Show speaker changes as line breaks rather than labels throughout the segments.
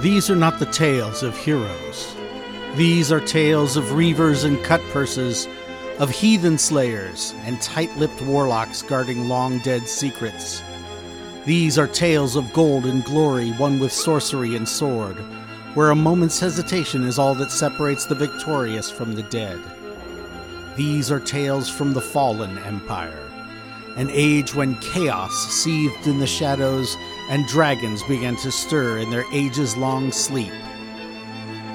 These are not the tales of heroes. These are tales of reavers and cut purses, of heathen slayers and tight lipped warlocks guarding long dead secrets. These are tales of gold and glory won with sorcery and sword, where a moment's hesitation is all that separates the victorious from the dead. These are tales from the fallen empire, an age when chaos seethed in the shadows and dragons began to stir in their ages long sleep.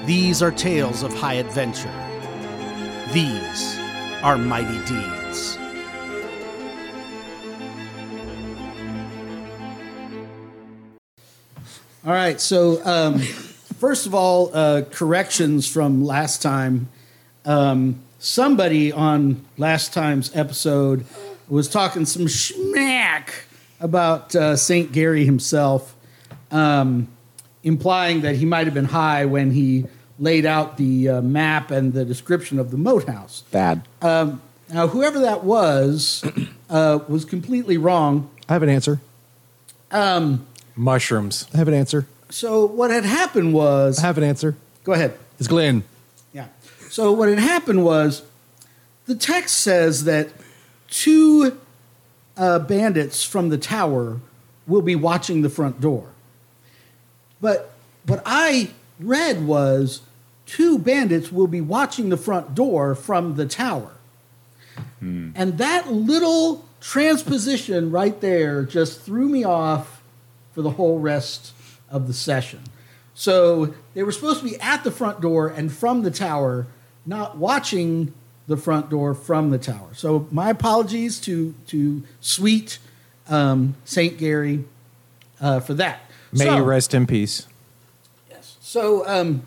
These are tales of high adventure. These are mighty deeds.
All right. So, um, first of all, uh, corrections from last time. Um, somebody on last time's episode was talking some schmack about uh, St. Gary himself, um, implying that he might have been high when he laid out the uh, map and the description of the moat house.
Bad.
Now, whoever that was uh, was completely wrong.
I have an answer.
Um,
Mushrooms.
I have an answer.
So, what had happened was
I have an answer.
go ahead.
It's Glenn.
Yeah. So what had happened was the text says that two uh, bandits from the tower will be watching the front door. But what I read was two bandits will be watching the front door from the tower.
Hmm.
And that little transposition right there just threw me off for the whole rest of the session. So they were supposed to be at the front door and from the tower, not watching the front door from the tower. So my apologies to to sweet um, Saint Gary uh, for that.
May
So-
you rest in peace.
Yes. So um,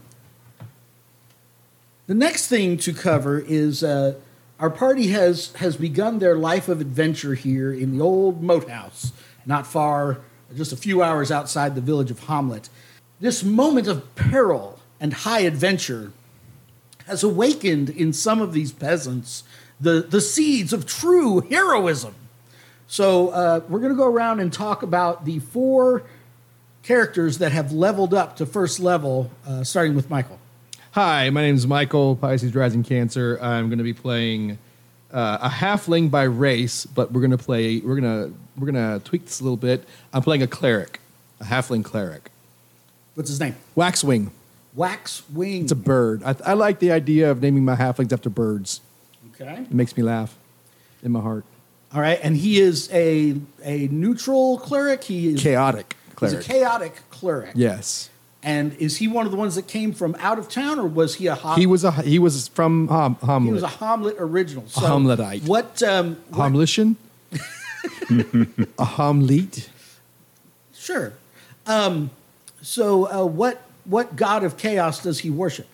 the next thing to cover is uh, our party has has begun their life of adventure here in the old moat house, not far, just a few hours outside the village of Hamlet. This moment of peril and high adventure has awakened in some of these peasants the, the seeds of true heroism. So uh, we're going to go around and talk about the four characters that have leveled up to first level, uh, starting with Michael.
Hi, my name is Michael, Pisces Rising Cancer. I'm going to be playing uh, a halfling by race, but we're going to play we're going to we're going to tweak this a little bit. I'm playing a cleric, a halfling cleric.
What's his name?
Waxwing.
Wax Wing.
It's a bird. I, I like the idea of naming my halflings after birds.
okay.
It makes me laugh in my heart.
All right, and he is a a neutral cleric. He is
Chaotic
he's
cleric.
a chaotic cleric.
yes.
And is he one of the ones that came from out of town, or was he a hom-
He was a he was from Hom- Homlet.
he was a Hamlet original? So
Hamletite.
What? Um, what-
Homletian? a Homlete?
sure. Um, so uh, what? What god of chaos does he worship?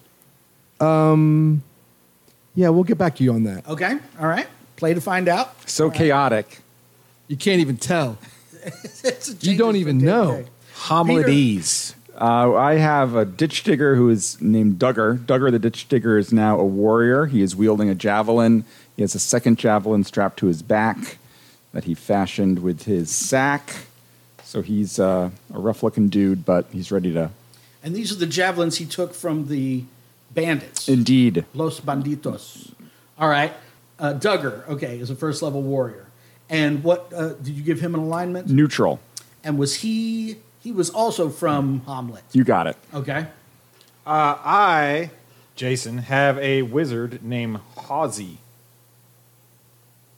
Yeah, we'll get back to you on that.
Okay. All right. Play to find out.
So chaotic.
You can't even tell.
It's a
You don't
changes
even
from day to
know.
day.
Homilides.
Uh, I have a ditch digger who is named Duggar. Duggar the ditch digger is now a warrior. He is wielding a javelin. He has a second javelin strapped to his back that he fashioned with his sack. So he's uh, a rough looking dude, but he's ready to.
And these are the javelins he took from the bandits.
Indeed.
Los Banditos. All right. Uh, Duggar, okay, is a first level warrior. And what uh, did you give him an alignment?
Neutral.
And was he, he was also from Hamlet.
You got it.
Okay.
Uh, I, Jason, have a wizard named Hawsey.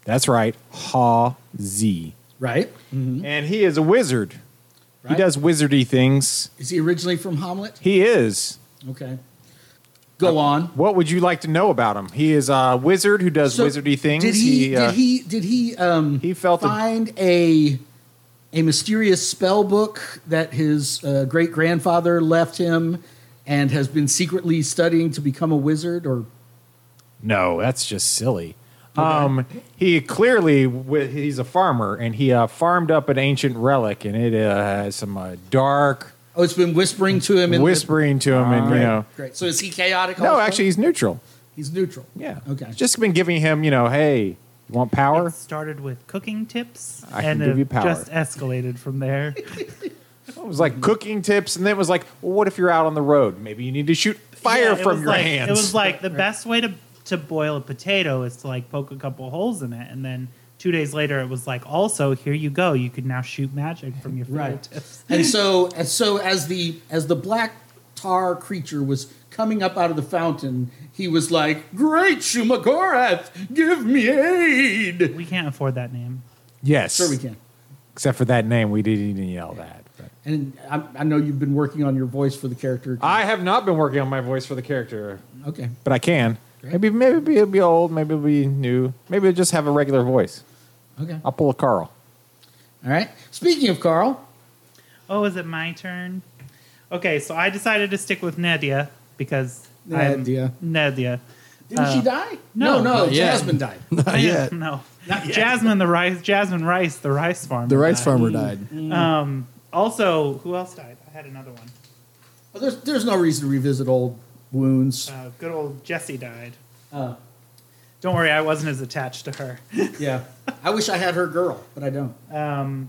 That's right. Haw-Z.
Right.
And he is a wizard. He
Right.
does wizardy things.
Is he originally from Hamlet?
He is.
Okay. Go on.
What would you like to know about him? He is a wizard who does
So,
wizardy things.
Did he,
uh,
did he, did he, um,
He felt a-
find a, a mysterious spell book that his uh, great grandfather left him and has been secretly studying to become a wizard or
No, that's just silly. Um, he clearly wi- he's a farmer, and he uh, farmed up an ancient relic, and it uh, has some uh, dark
Oh, it's been whispering to him. In the-
whispering to him, and you know,
Great. So is he chaotic?
no,
also?
actually, he's neutral.
he's neutral.
Yeah,
Okay.
Just been giving him, you know, hey, you want power?
It started with cooking tips
I can
and
give
it
you power.
just escalated from there.
It was like cooking tips, and then it was like, well, what if you're out on the road? Maybe you need to shoot
Yeah,
fire
it
from
was
your
like-
hands.
It was like the best way to to boil a potato is to like poke a couple holes in it, and then two days later it was like, also here you go, you can now shoot magic from your fingertips.
and so and so as the as the black tar creature was coming up out of the fountain, he was like, "Great Shumagorath, give me aid."
We can't afford that name.
yes,
Sure, we can.
Except for that name, we didn't even yell that. but-
And I, I know you've been working on your voice for the character.
I have not been working on my voice for the character,
okay.
but I can. Maybe maybe it'll be old. Maybe it'll be new. Maybe it'll just have a regular voice.
Okay.
I'll pull a Carl.
All right. Speaking of Carl,
Oh, is it my turn? Okay, so I decided to stick with Nadia because I'm-
Nadia.
Nadia.
didn't she die?
Uh,
no,
no, not
yeah. Jasmine died.
Yeah, no. Jasmine the rice Jasmine Rice, the rice farmer.
The rice
died.
farmer died.
Um also, who else died? I had another one.
Well, there's there's no reason to revisit old wounds.
Uh, good old Jesse died.
Uh,
Don't worry, I wasn't as attached to her.
yeah. I wish I had her girl, but I don't.
Um,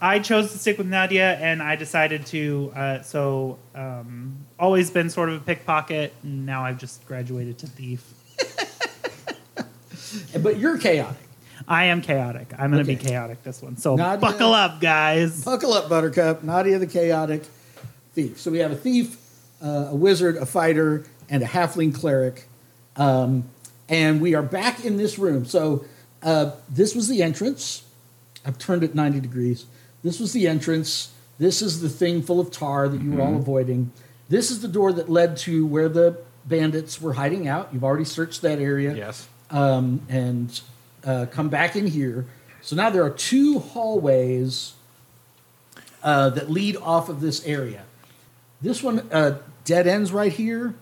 I chose to stick with Nadia, and I decided to. Uh, so, um, always been sort of a pickpocket, and now I've just graduated to thief.
But you're chaotic.
I am chaotic. I'm going to be
Okay.
chaotic this one. So,
Nadia-
buckle up, guys.
Buckle up, Buttercup. Nadia the chaotic thief. So we have a thief, uh, a wizard, a fighter, and a halfling cleric. Um, and we are back in this room. So uh, this was the entrance. I've turned it 90 degrees. This was the entrance. This is the thing full of tar that you were all avoiding. This is the door that led to where the bandits were hiding out. You've already searched that area
Yes.
um, and uh, come back in here. So now there are two hallways uh, that lead off of this area. This one uh, dead ends right here.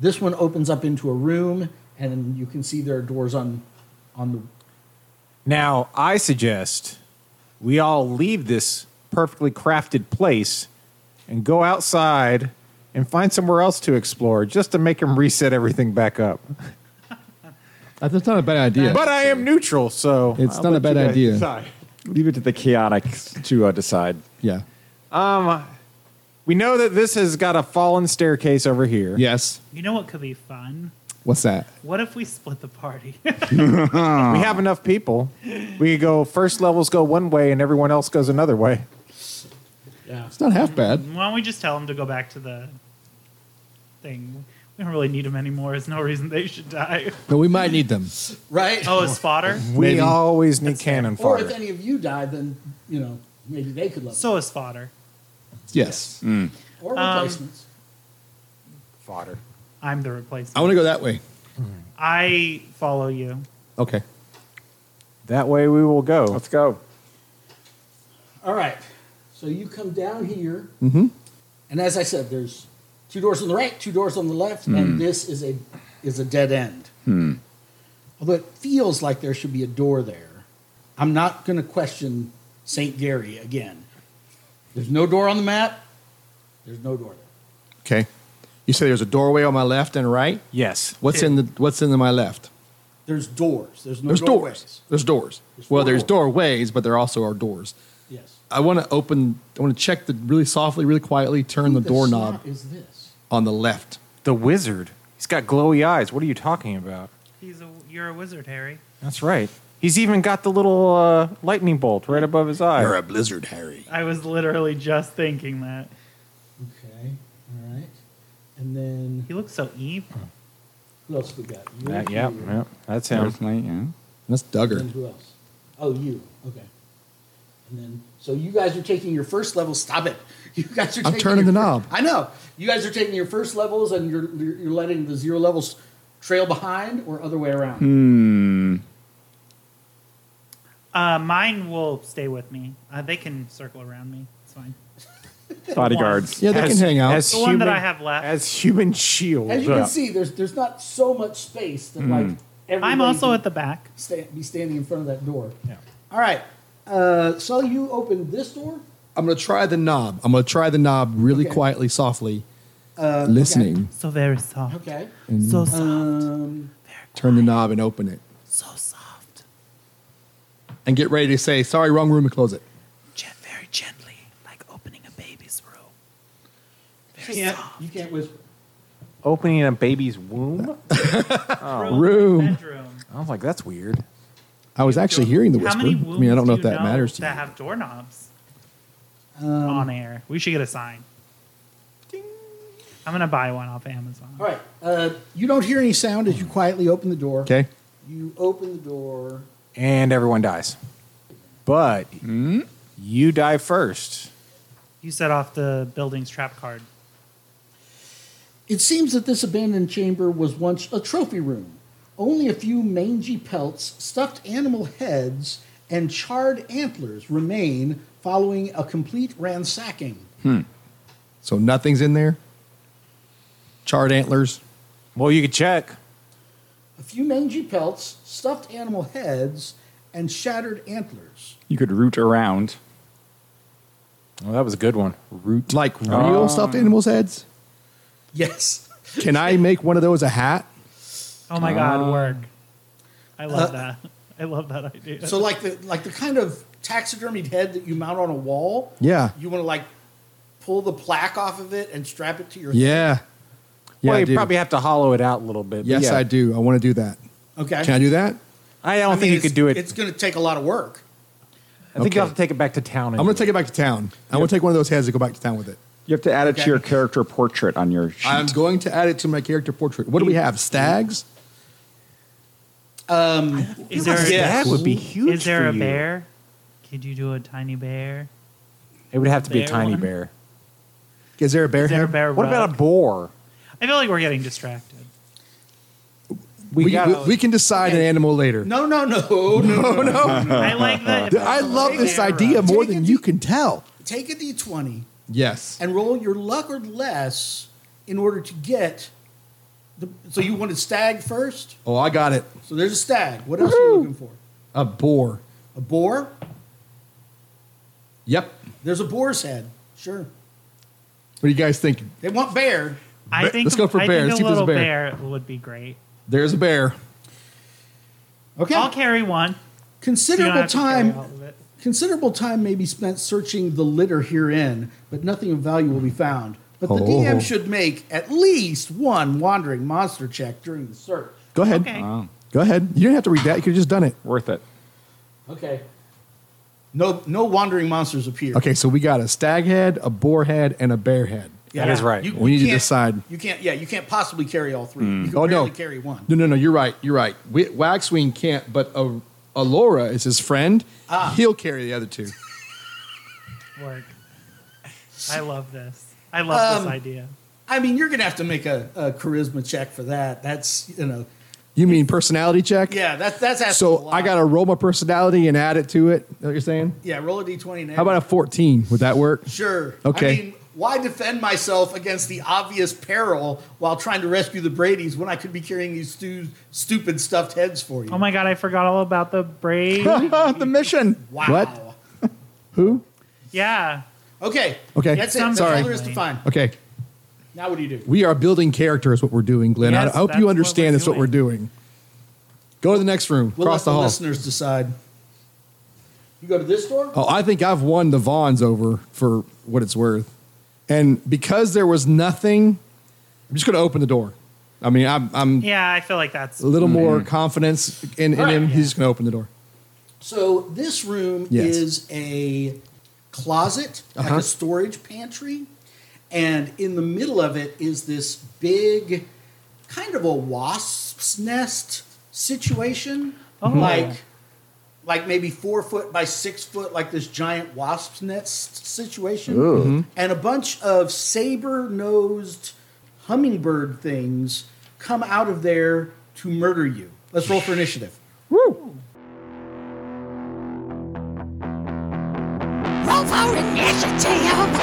This one opens up into a room, and you can see there are doors on on the.
Now, I suggest we all leave this perfectly crafted place and go outside and find somewhere else to explore just to make him reset everything back up.
That's not a bad idea.
But I am neutral, so
It's not a
let
bad
you guys
idea.
decide.
Leave it to the chaotics to uh, decide.
yeah.
We know that this has got a fallen staircase over here.
Yes.
You know what could be fun?
What's that?
What if we split the party?
We have enough people. We could go first levels go one way and everyone else goes another way.
It's not half bad.
Why don't we just tell them to go back to the thing? We don't really need them anymore. There's no reason they should die.
But we might need them.
Right?
Oh, a spotter?
We always need cannon
or if
fodder.
any of you die, then, you know, maybe they could level.
So um, is fodder.
Yes.
or replacements.
fodder.
I'm the
I
replacement.
want to go that way.
I follow you.
Okay.
That way we will go.
Let's go.
All right. So you come down here.
Mm-hmm.
And as I said, there's two doors on the right, two doors on the left,
Mm.
and this is a is a dead end.
Hmm.
Although it feels like there should be a door there. I'm not going to question St. Gary again. There's no door on the map. There's no door there.
Okay. You say there's a doorway on my left and right.
Yes.
What's in the What's in the, my left?
There's doors. There's no
There's
doorways.
doors. There's doors.
There's
well,
four
there's
doors.
doorways, but there also are doors.
Yes.
I want to open. I want to check the really softly, really quietly. Turn the
What
doorknob
snot Is this?
on the left.
The wizard. He's got glowy eyes. What are you talking about?
He's a, you're a wizard, Harry.
That's right. He's even got the little uh, lightning bolt right above his eye.
a blizzard, Harry.
I was literally just thinking that.
Okay. All right. And then
He looks so evil.
who else we got? You,
That, yep,
you,
yep. That's him.
There's my, yeah.
That's
And
Mm.
Duggar.
who else? Oh, you. Okay. And then, so you guys are taking your first level. Stop it. You guys are.
I'm
taking
turning
your
the
fir-
knob.
I know. You guys are taking your first levels, and you're you're you're letting the zero levels trail behind, or other way around.
Mm,
Uh, mine will stay with me. Uh, they can circle around me. It's fine.
Bodyguards.
Yeah, they
As-
can hang out.
as
The one that
human-
I have left.
As human shield.
As you can see, there's there's not so much space that like.
Mm.
Everybody
I'm also
can
at the back.
sta- be standing in front of that door. Yeah. All right. Uh, so you open this door.
I'm gonna try the knob. I'm gonna try the knob really
Okay.
quietly, softly,
Uh,
listening.
So very soft.
Okay.
So
Uh,
soft.
Um,
Turn the knob and open it,
so soft.
and get ready to say, "Sorry, wrong room," and close it.
Gen- very gently. Like, oh,
can't, you can't whisper.
Opening a baby's womb?
room.
Room.
Bedroom.
I was like, that's weird.
I was actually hearing the
How
whisper.
many
I mean, I don't
wombs
know
do
if that
you
matters to
That
you.
have doorknobs on air. We should get a sign. I'm gonna buy one off Amazon.
All right. Uh, you don't hear any sound as you quietly open the door.
Okay.
You open the door.
And everyone dies. But
Hmm?
you die first.
You set off the building's trap card.
It seems that this abandoned chamber was once a trophy room. Only a few mangy pelts, stuffed animal heads, and charred antlers remain following a complete ransacking.
So nothing's in there. Charred antlers.
Well, you could check.
A few mangy pelts, stuffed animal heads, and shattered antlers.
You could root around.
Well, that was a good one.
Root. Like real stuffed animals' heads.
Yes.
Can I make one of those a hat?
Oh my god, work! I love that. I love that idea.
So like the like the kind of taxidermied head that you mount on a wall.
Yeah.
You want to like pull the plaque off of it and strap it to your
Yeah. Yeah,
well,
I
you
do.
probably have to hollow it out a little bit. but
yes,
yeah.
I do. I want to do that.
Okay.
Can I do that?
I don't
I mean,
think you
it's-
could do it.
It's going to take a lot of work.
I think you
okay.
have to take it back to town. and
I'm going
do
to take it back to town. I'm going to take one of those heads and go back to town with it.
You have to add it
Okay.
to your character portrait on your sheet.
I'm going to add it to my character portrait. What do we have? Stags?
is there a,
That would be huge.
is there
for
a
you.
bear? Could you do a tiny bear?
It would have to be a
Bear
tiny
one?
bear.
Is there a bear
Is there a
head?
bear?
What about a
rug?
boar?
I feel like we're getting distracted.
We,
We,
got.
we, we can decide an animal later.
No, no, no, no.
Oh, no.
I like that.
I love this
Bear
idea
rug.
more
Take
than
it
you
deep.
can tell.
Take a d20
Yes.
and roll your luck or less in order to get. The, so you wanted stag first.
Oh, I got it.
So there's a stag. What else are you looking for?
A boar.
A boar.
Yep. What
There's a boar's head. Sure.
do you guys think?
They want bear.
I
Bear-
think
let's go for
I
bear.
Think
Let's see
a
if there's a
little bear. would be great.
There's a bear.
Okay.
I'll carry one. So you don't
Considerable
have to carry
time.
all of it.
Considerable time may be spent searching the litter herein, but nothing of value will be found. But the
Oh.
DM should make at least one wandering monster check during the search.
Go ahead.
Okay.
Go ahead. You didn't have to read that. You could have just done it.
Worth it.
Okay. No, no wandering monsters appear.
Okay, so we got a stag head, a boar head, and a bear head.
That is right.
We need to
can't-
decide.
You can't. Yeah, you can't possibly carry all three. You can
Oh, no.
barely carry one.
No, no, no. You're right. You're right. We, Waxwing can't, but a, Alora is his friend. He'll carry the other two.
Work. I love this. I love
Um,
this idea.
I mean, you're gonna have to make a, a charisma check for that. That's you know,
You mean personality check?
yeah, that's that's asking a
So
lot.
I got to roll my personality and add it to it. Know what you're saying?
yeah, roll a d20. Now.
How about a 14? Would that work?
Sure.
Okay.
I mean, why defend myself against the obvious peril while trying to rescue the Brady's when I could be carrying these stu- stupid stuffed heads for you?
Oh my god, I forgot all about the braid.
the mission.
wow.
What? Who?
yeah.
Okay.
Okay.
That's it.
Some-
That's all
Sorry.
there is to find.
Okay.
Now what do you do?
We are building character is what we're doing, Glenn.
Yes,
I hope
that's
you
what
understand
we're
that's what we're doing. Go to the next room,
We'll
across
let
the
the,
hall.
listeners decide. You go to this door?
Oh, I think I've won the Vaughns over for what it's worth. And because there was nothing, I'm just going to open the door. I mean, I'm, I'm
Yeah, I feel like that's
a little
Mm-hmm.
more confidence in, in
Right,
him.
yeah.
He's just going to open the door.
So this room
Yes.
is a closet, like
Uh-huh.
a storage pantry, and in the middle of it is this big, kind of a wasp's nest situation,
Oh.
like like maybe four foot by six foot, like this giant wasp's nest situation,
Mm-hmm.
and a bunch of saber nosed hummingbird things come out of there to murder you. Let's roll for initiative.
Roll for initiative!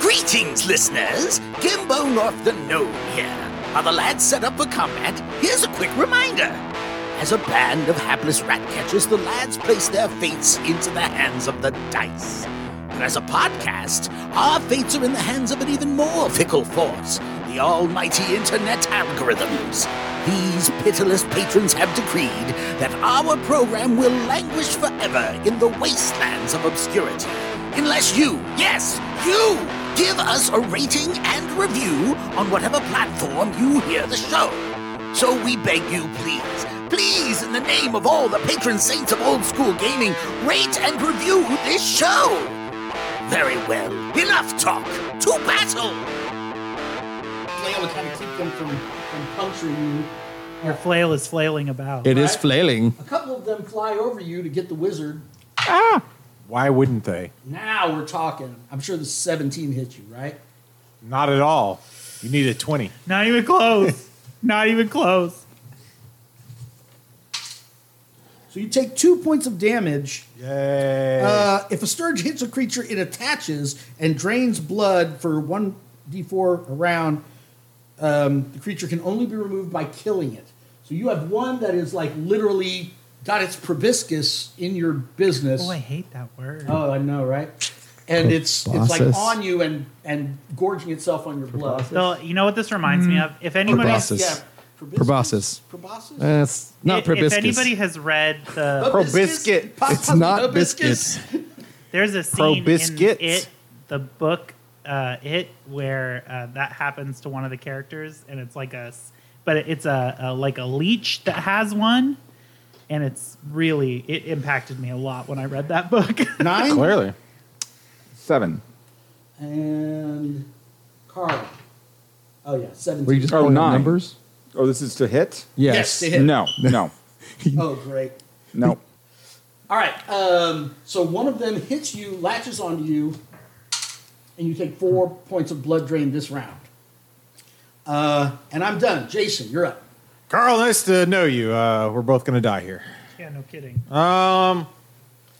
Greetings, listeners! Gimbo North the Gnome here. While the lads set up for combat, here's a quick reminder. As a band of hapless rat catchers, the lads place their fates into the hands of the dice. But as a podcast, our fates are in the hands of an even more fickle force the almighty internet algorithms. These pitiless patrons have decreed that our program will languish forever in the wastelands of obscurity. Unless you, yes, you, Give us a rating and review on whatever platform you hear the show. So we beg you, please, please, in the name of all the patron saints of old school gaming, rate and review this show. Very well. Enough talk. To battle.
flail to kind of keep them from, from puncturing you.
Your flail is flailing about.
It is
Right.
flailing.
A couple of them fly over you to get the wizard.
Why wouldn't they?
Now we're talking. I'm sure the 17 hit you, right?
Not at all. You need a 20.
Not even close. Not even close.
So you take two points of damage.
Yay.
Uh, if a scourge hits a creature, it attaches and drains blood for 1d4 a round. Um, the creature can only be removed by killing it. So you have one that is like literally got its proboscis in your business.
Oh, I hate that word.
Oh, I know, right? And it's it's like
Proboscis.
on you and and gorging itself on your blood.
So, you know what this reminds me of? If anybody,
Mm. Proboscis.
Yeah,
Proboscis.
Proboscis?
That's not
if, if
proboscis.
anybody has read the,
Probiscus?
Probiscus.
Pop-
it's not
probiscus?
biscuits.
there's a scene in
Probiscuits.
it, the book, uh, it where uh, that happens to one of the characters, and it's like a, s- but it's a, a like a leech that has one, and it's really it impacted me a lot when I read that book.
Nine
Clearly.
Seven.
and Carl. Oh yeah, seventeen.
Were you just
Oh,
calling out
nine.
numbers?
Oh, this is to hit?
Yes.
to hit.
No, no,
Oh great.
no.
All right. Um, so one of them hits you, latches onto you, and you take four points of blood drain this round. Uh, and I'm done. Jason, you're up.
Carl, nice to know you. Uh, we're both going to die here.
yeah, no kidding.
Um,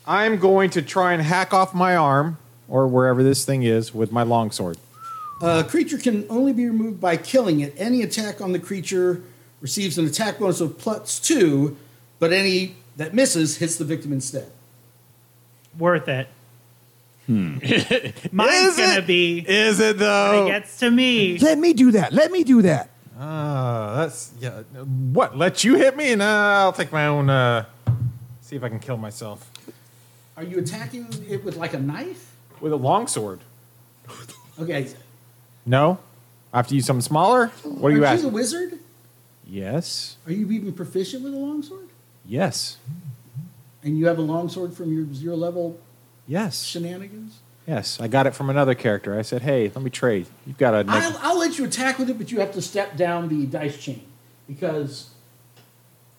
I'm going to try and hack off my arm or wherever this thing is with my longsword.
A creature can only be removed by killing it. Any attack on the creature receives an attack bonus of plus two, but any that misses hits the victim instead.
Worth it.
Hmm.
Mine's
Is
gonna
it? oh.
be.
Is it
It
though?
gets to me.
Let me do that. Let me do that.
Uh, that's yeah. What? Let you hit me, and uh, I'll take my own. Uh, see if I can kill myself
Are you attacking it with like a knife?
with a longsword.
Okay.
No, I have to use something smaller. What are you
Aren't you the
asking?
wizard?
yes,
Are you even proficient with a longsword?
yes,
And you have a longsword from your zero level
yes,
shenanigans?
yes. I got it from another character. I said, "Hey, let me trade. You've got a."
I'll, I'll let you attack with it, but you have to step down the dice chain because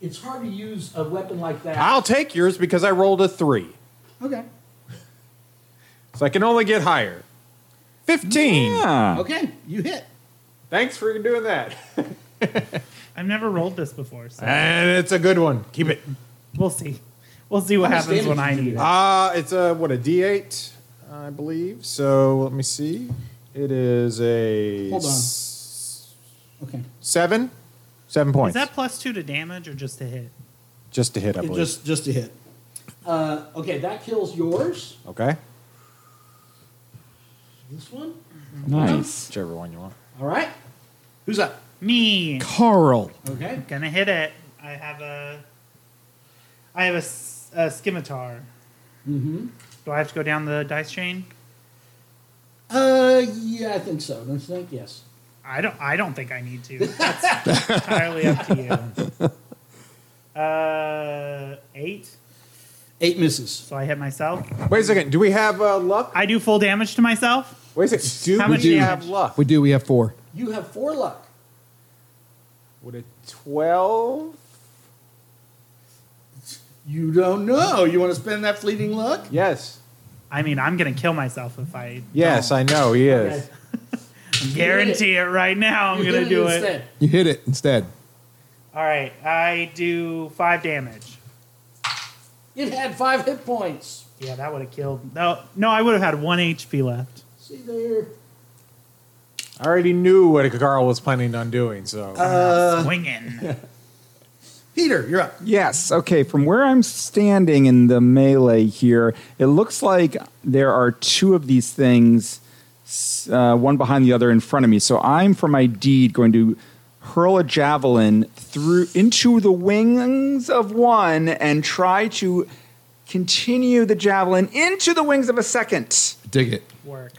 it's hard to use a weapon like that.
I'll take yours because I rolled a three,
okay.
so I can only get higher. Fifteen.
Ah,
Okay. You hit.
Thanks for doing that.
I've never rolled this before, so
and it's a good one. Keep it.
we'll see. We'll see what
How much
happens when I
damage did you
need
do
it.
that?
Uh, it's a what a D eight, I believe. So let me see. It is a
Hold on.
s-
Okay.
seven, seven points.
Is that plus two to damage or just to hit?
just to hit? I
It
believe.
just just a hit. Uh, okay, that kills yours.
okay.
This one.
nice.
Whichever one you want.
All right. Who's up?
Me.
Carl.
Okay.
Gonna hit it. I have a. I have a, s- a scimitar. Mm-hmm. Do I have to go down the dice chain?
Uh, yeah, I think so. Don't you think? Yes.
I don't. I don't think I need to. That's entirely up to you. Uh, eight.
Eight misses.
So I hit myself.
Wait a second. Do we have uh, luck?
I do full damage to myself.
Wait a second. Do
How
we
much do you
have
have?
luck?
We do. We have four.
You have four luck.
Would a twelve?
You don't know. You want to spend that fleeting luck?
Yes.
I mean, I'm gonna kill myself if I.
Yes, I know he is.
Guarantee it right now. I'm
You
gonna
hit
do it.
instead.
You hit it instead.
All right, I do five damage.
It had five hit points.
Yeah, that would have killed. No, no, I would have had one HP left.
See there.
I already knew what Carl was planning on doing. So
Uh, Swinging.
Peter, you're up.
Yes. Okay. From where I'm standing in the melee here, it looks like there are two of these things, s- uh, one behind the other in front of me. So I'm, for my deed, going to hurl a javelin through into the wings of one and try to continue the javelin into the wings of a second.
Dig it.
Work.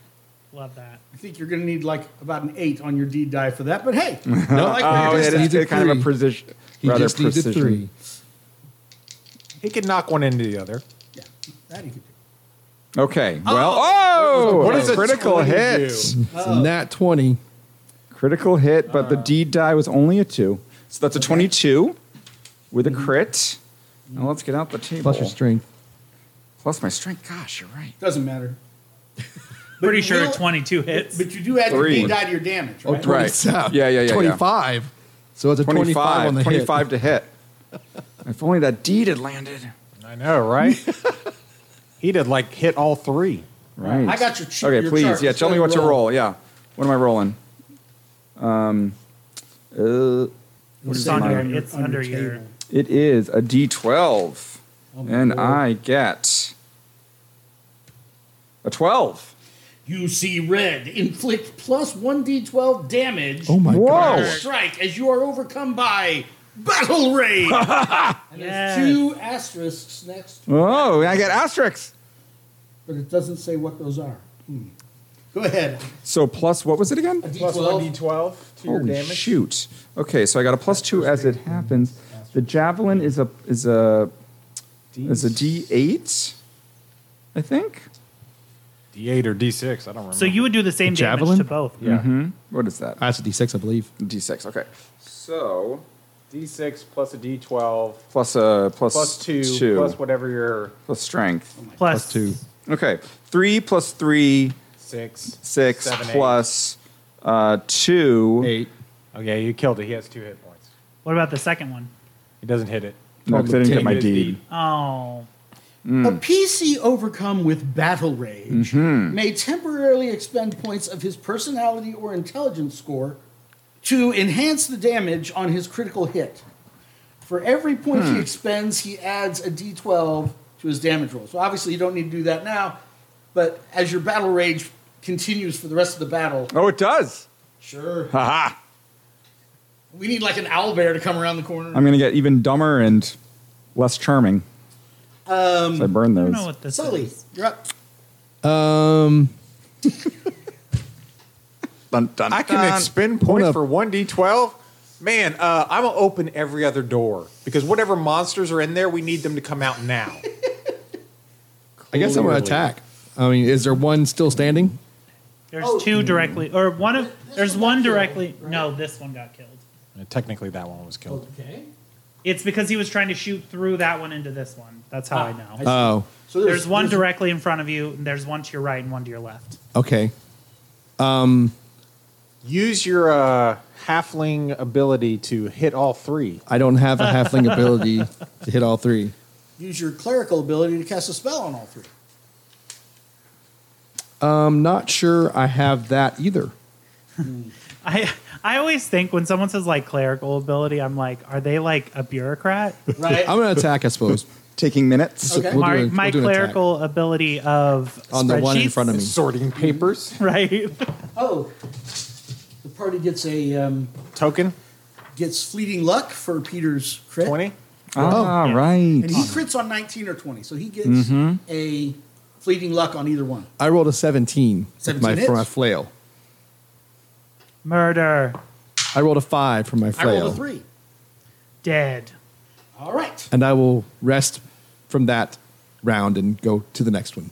Love that.
I think you're going to need like about an eight on your deed die for that. But hey, I like that.
Oh,
just
it
needs
is
a
kind of
three.
a precision.
He
rather
just needed
precision.
three.
He could knock one into the other.
Yeah, that you could do.
Okay. Well, oh,
What is a
critical
20
hit?
do?
It's
Oh.
a nat 20.
Critical hit, but the deed die was only a two, so that's a twenty-two with a crit. Now let's get out the table.
Plus your strength.
Plus my strength. Gosh, you're right.
Doesn't matter.
Pretty sure
will-
22 hits.
But you do add
Three. Oh,
your deed die to your damage, right?
Right. Yeah, yeah, yeah, yeah.
25. uh, So it's a 25,
25,
on the
25
hit.
to hit. if only that deed had landed.
I know, right? he did like hit all three.
Right.
I got your ch-
Okay,
your
please.
chart.
Yeah,
Let's
tell
let
me
it
what to
roll.
roll. Yeah. What am I rolling? Um, uh,
it's
Same
under,
on your-
it's
on your
under your.
table.
it is a D12. and I get a 12.
You see red. Inflict plus 1d12 damage.
Oh my
Whoa.
god.
Strike as you are overcome by battle rage. and
Yes.
there's two asterisks next,
Oh, I get asterisks.
but it doesn't say what those are. Hmm. Go ahead.
So plus, what was it again?
A
Plus
D12.
one d12 to your
Holy
damage.
shoot! Okay, so I got a plus two as it happens. The javelin is a is a is a D eight, I think.
D8 or D6, I don't remember.
So you would do the same
javelin?
damage to both.
yeah.
Mm-hmm. What is that?
That's a d6, I believe.
D six. Okay. So
D6 plus a D12
plus a plus
plus two, plus whatever your
plus strength.
Plus,
Two.
Okay, three plus three
six
six
seven, eight.
plus, uh, two.
Eight.
Okay, you killed it. He has two hit points.
What about the second one?
He doesn't hit it.
No, 'cause I didn't get my
His
deed.
Oh,
A PC overcome with battle rage may temporarily expend points of his personality or intelligence score to enhance the damage on his critical hit. For every point he expends, he adds a d12 to his damage roll. So obviously, you don't need to do that now, but as your battle rage continues for the rest of the battle,
Oh, it does.
sure.
Haha.
We need like an owl bear to come around the corner.
I'm gonna get even dumber and less charming. Um, I burn
I
those.
don't know what this
Sully,
is.
you're up.
Um,
Dun, dun,
I can
dun.
expend
Wanna-
points for one d12. Man, uh, I'm gonna open every other door because whatever monsters are in there, we need them to come out now.
I guess I'm going
Clearly.
to attack. I mean, is there one still standing?
There's
Oh.
two directly, or one of. There's
one got
one
killed,
directly. No, this one got killed.
And Uh, technically, that one was killed.
Okay.
It's because he was trying to shoot through that one into this one. That's how I know.
Oh,
So
there's, one directly in front of you, and there's one to your right and one to your left.
okay.
Use your uh, halfling ability to hit all three.
I don't have a halfling ability to hit all three.
Use your clerical ability to cast a spell on all three.
I'm Um, not sure I have that either.
I I always think when someone says like clerical ability, I'm like, are they like a bureaucrat?
Right.
I'm going to attack, I suppose.
taking minutes. Oh.
Okay.
We'll
my
do a-
my
we'll do an attack.
clerical ability of
On the one in
spreadsheets,
front of me.
Sorting papers
right?
Oh, the party gets a um,
token
gets fleeting luck for Peter's crit,
twenty.
Ah,
Yeah.
and
right.
he crits on nineteen or twenty, so he gets a fleeting luck on either one.
I rolled a 17, with
17
my,
hits?
for my flail.
Murder,
I rolled a 5 for my
I
flail.
rolled a three.
dead.
All right.
And I will rest from that round and go to the next one.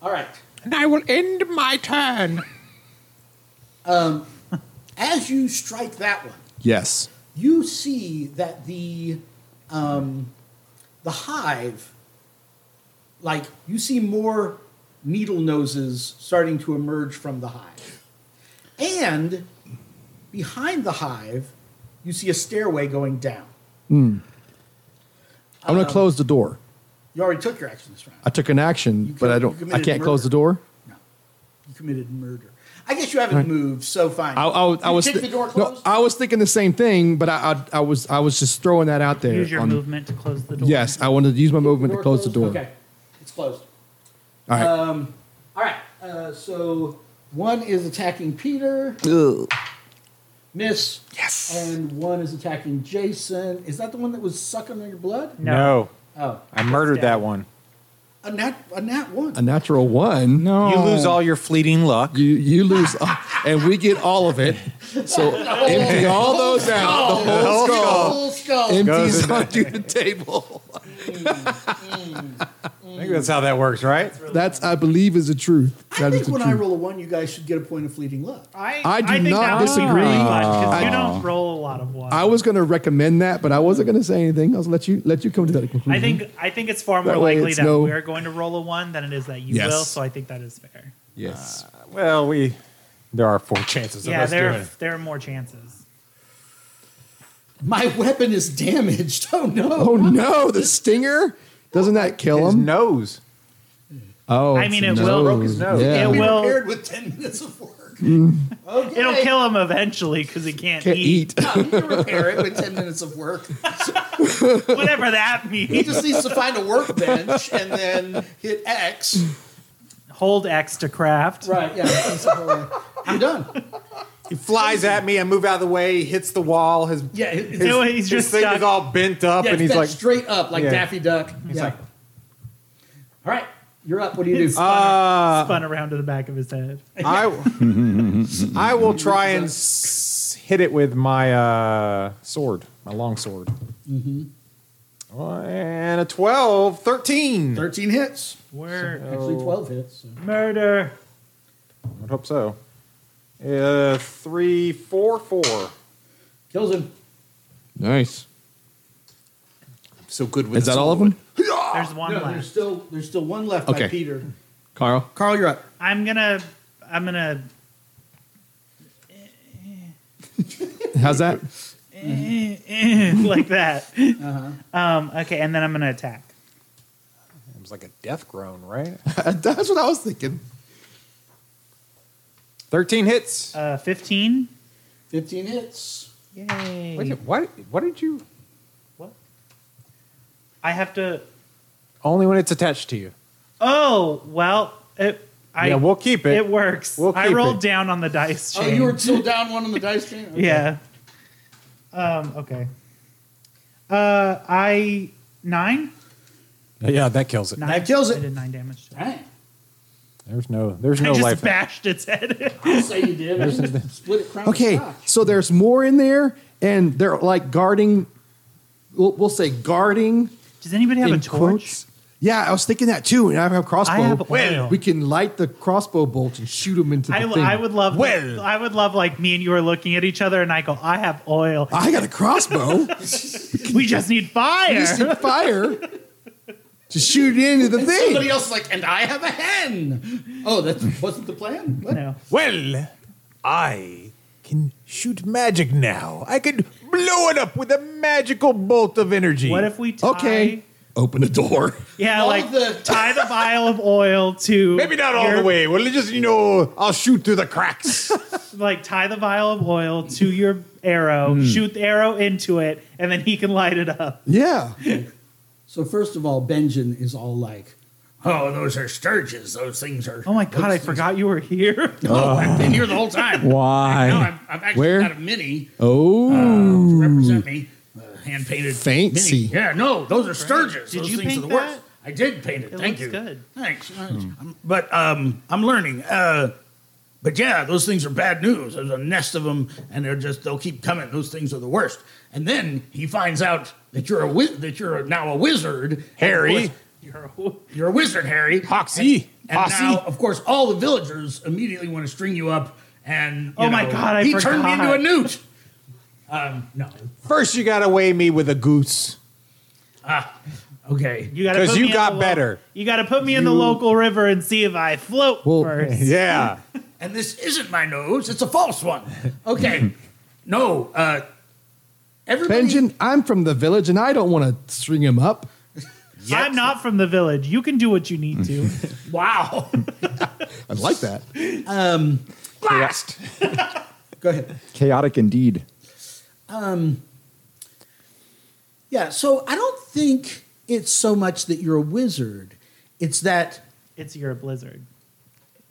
All right.
And I will end my turn.
Um, As you strike that one,
Yes.
you see that the um, the hive, like you see more needle noses starting to emerge from the hive, and behind the hive, you see a stairway going down.
I'm
Um,
going to close the door.
You already took your action this round.
I took an action, but I
you
don't. I
committed
can't close the
murder.
door.
You committed murder. I guess you haven't moved, so fine.
I, I, I
You
was
kicked the door
no,
closed.
I was thinking the same thing, but I, I, I was I was just throwing that out there.
Use your
on-
movement to close the door.
Yes, I wanted to use my movement to close the door.
Okay, Um, it's closed.
All right.
All right. Uh, so one is attacking Peter. Miss. Yes. And one is attacking Jason. Is that the one that was sucking on your blood?
No,
Oh.
I murdered
dead.
that one.
A nat, a nat one.
A natural one.
No.
You lose all your fleeting luck.
You, you lose, all, and we get all of it. So empty all those out. The whole skull
Full skull.
empties onto the table.
I think that's how that works, right?
That's, I believe, is the truth.
I
That is
think
the
when I
truth.
roll a one, you guys should get a point of fleeting luck.
I,
I do
think
not
that would be
disagree. Uh,
pretty much, 'cause you don't roll a lot of ones.
I was going to recommend that, but I wasn't going to say anything. I was let you let you come to that conclusion.
I think I think it's far more
That way
likely
it's
that
no-
we're going to roll a one than it is that you
Yes.
will. So I think that is fair.
yes.
Well, we there are four chances of
yeah,
us
there
doing
are,
it.
there are more chances.
My weapon is damaged. Oh no.
oh no, the stinger doesn't that kill
His
him?
nose.
Oh,
I mean, it will- Broke
his nose.
Yeah. Mm.
It
We
will-
prepared with ten minutes of work. Okay.
It'll kill him eventually because he can't,
Can't
eat,
eat.
Yeah, we can repair it with ten minutes of work.
whatever that
He
means.
just needs to find a workbench and then hit X.
Hold X to craft.
Right. Yeah. that's the whole way. I'm done.
He flies at me. I move out of the way. He hits the wall. His
Yeah. it- it's-
You know, he's
his
just
thing
stuck.
is all bent up,
yeah,
and
it's
he's
bent
like,
straight up like
Yeah.
Daffy Duck. yeah.
like-
All right. You're up. What do you do?
It's spun,
Ah.
Uh,
spun around to the back of his head.
"I, I will try and s- hit it with my uh, sword, my long sword."
Mm-hmm.
Oh, and a 12, 13.
Thirteen hits.
We're
Actually, twelve hits.
uh,
so.
murder.
I would hope so. Uh, three, four, four.
Kills him.
Nice.
So good with
Is that all of them,
There's one
Oh, No, there's
left.
still there's still one left by
Okay.
Peter.
Carl?
Carl, you're up.
I'm gonna. I'm gonna.
How's that?
eh, eh, like that.
Uh-huh.
Um, okay, and then I'm gonna attack.
It was like a death groan, right?
That's what I was thinking.
13 hits.
Uh, 15.
Fifteen hits.
Yay.
Wait, what, what did you?
What? I have to.
Only when it's attached to you.
Oh well. It, I,
yeah, we'll keep it.
It works.
We'll
I
keep
rolled
it.
down on the dice chain.
Oh, you were still down one on the dice chain. Okay.
Yeah. Um. Okay. Uh. I nine.
yeah, that kills it.
Nine.
That kills it.
I did nine damage. To it.
All right.
There's no, there's no
I just
life. in it.
bashed its head.
I'll say you did. I mean, Split it. Crown
Okay,
and scotch.
so there's more in there, and they're like guarding. We'll, we'll say guarding.
Does anybody have
in
a torch?
quotes. Yeah, I was thinking that too. And I have a crossbow.
I have oil.
we can light the crossbow bolt and shoot them into the
I,
thing.
I would love.
Well.
I would love like me and you are looking at each other, and I go, "I have oil.
I got a crossbow.
we just need fire."
just need fire to shoot it into the
Somebody
thing.
else is like, and I have a hen. Oh, that wasn't the plan. What?
no.
Well, I can shoot magic now. I could blow it up with a magical bolt of energy.
What if we tie?
Okay. Open the door.
Yeah,
All
like
the-
tie the vial of oil to
Maybe not all
your-
the way. Well, just you know, I'll shoot through the cracks.
Like tie the vial of oil to your arrow, shoot the arrow into it, and then he can light it up.
Yeah.
So first of all, Benjamin is all like, "Oh, those are sturges. Those things are."
Oh my god, I forgot you were here.
Oh, I've been here the whole time.
Why?
No, I've, I've actually
Where?
got a mini uh,
Oh,
to represent me, uh, hand painted.
fancy.
Yeah, no, those are sturges.
Did
those
you
things
paint
are the worst.
that?
I did paint it.
It
Thank
looks
you.
good.
Thanks.
Hmm.
I'm- but um, I'm learning. Uh, but yeah, those things are bad news. There's a nest of them, and they're just they'll keep coming. Those things are the worst. And then he finds out that you're a wiz- that you're now a wizard, Harry.
You're a-
You're a wizard, Harry.
Hoxie.
And
Hoxie.
now, of course, all the villagers immediately want to string you up. And you
Oh my
know,
God, I
he turned me into
forgot.
a newt. Um, no,
First, you gotta weigh me with a goose.
okay.
You gotta
'Cause
put
you
me in
got
the
better.
You got to put me in the local river and see if I float
Well,
first.
Yeah,
And this isn't my nose; it's a false one. Okay, no. Uh, everybody,
Benjamin, I'm from the village and I don't want to string him up.
I'm not from the village. You can do what you need to.
Wow.
I like that.
blast.
Go ahead.
Chaotic indeed.
Yeah. So I don't think it's so much that you're a wizard; it's that
it's your blizzard.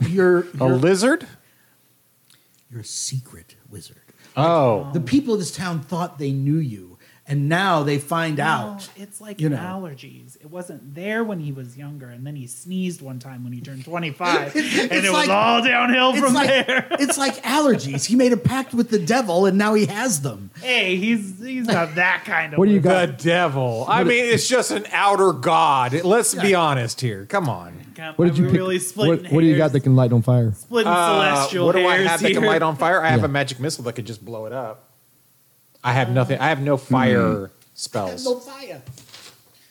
you're
A
you're,
lizard?
you're a secret wizard.
Oh,
Oh. The people of this town thought they knew you, and now they find out.
No, it's like
you know.
allergies. It wasn't there when he was younger, and then he sneezed one time when he turned 25, and
It's
it
like-
was all downhill
It's
from
like,
there.
it's like allergies. He made a pact with the devil, and now he has them.
hey, he's he's not that kind of.
What do you got?
The devil. I mean, it's just an outer god. Let's be honest here. Come on.
got?
What did you pick?
really splitting
what, what do you got that
hairs?
can light on fire?
splitting
Uh,
celestial
what do I
hairs
have that can
here.
light on fire? I have a magic missile that could just blow it up. I have nothing. I have no fire
I have no
spells.
fire.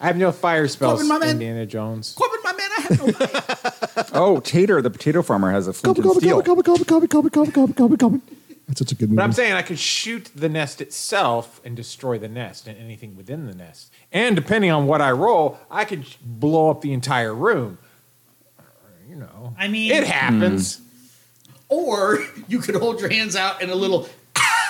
I have no fire spells.
Corbin, my man.
Indiana Jones.
Corbin, my man, I have no fire.
Oh, Tater, the potato farmer, has a flint
Gobble,
and
gobble,
steel.
gobble, gobble, gobble, gobble, gobble, gobble, gobble, gobble, gobble. That's such a good movie.
But
Mm-hmm.
I'm saying I could shoot the nest itself and destroy the nest and anything within the nest. And depending on what I roll, I could sh- blow up the entire room. You know,
I mean,
it
Mm.
happens.
or you could hold your hands out, and a little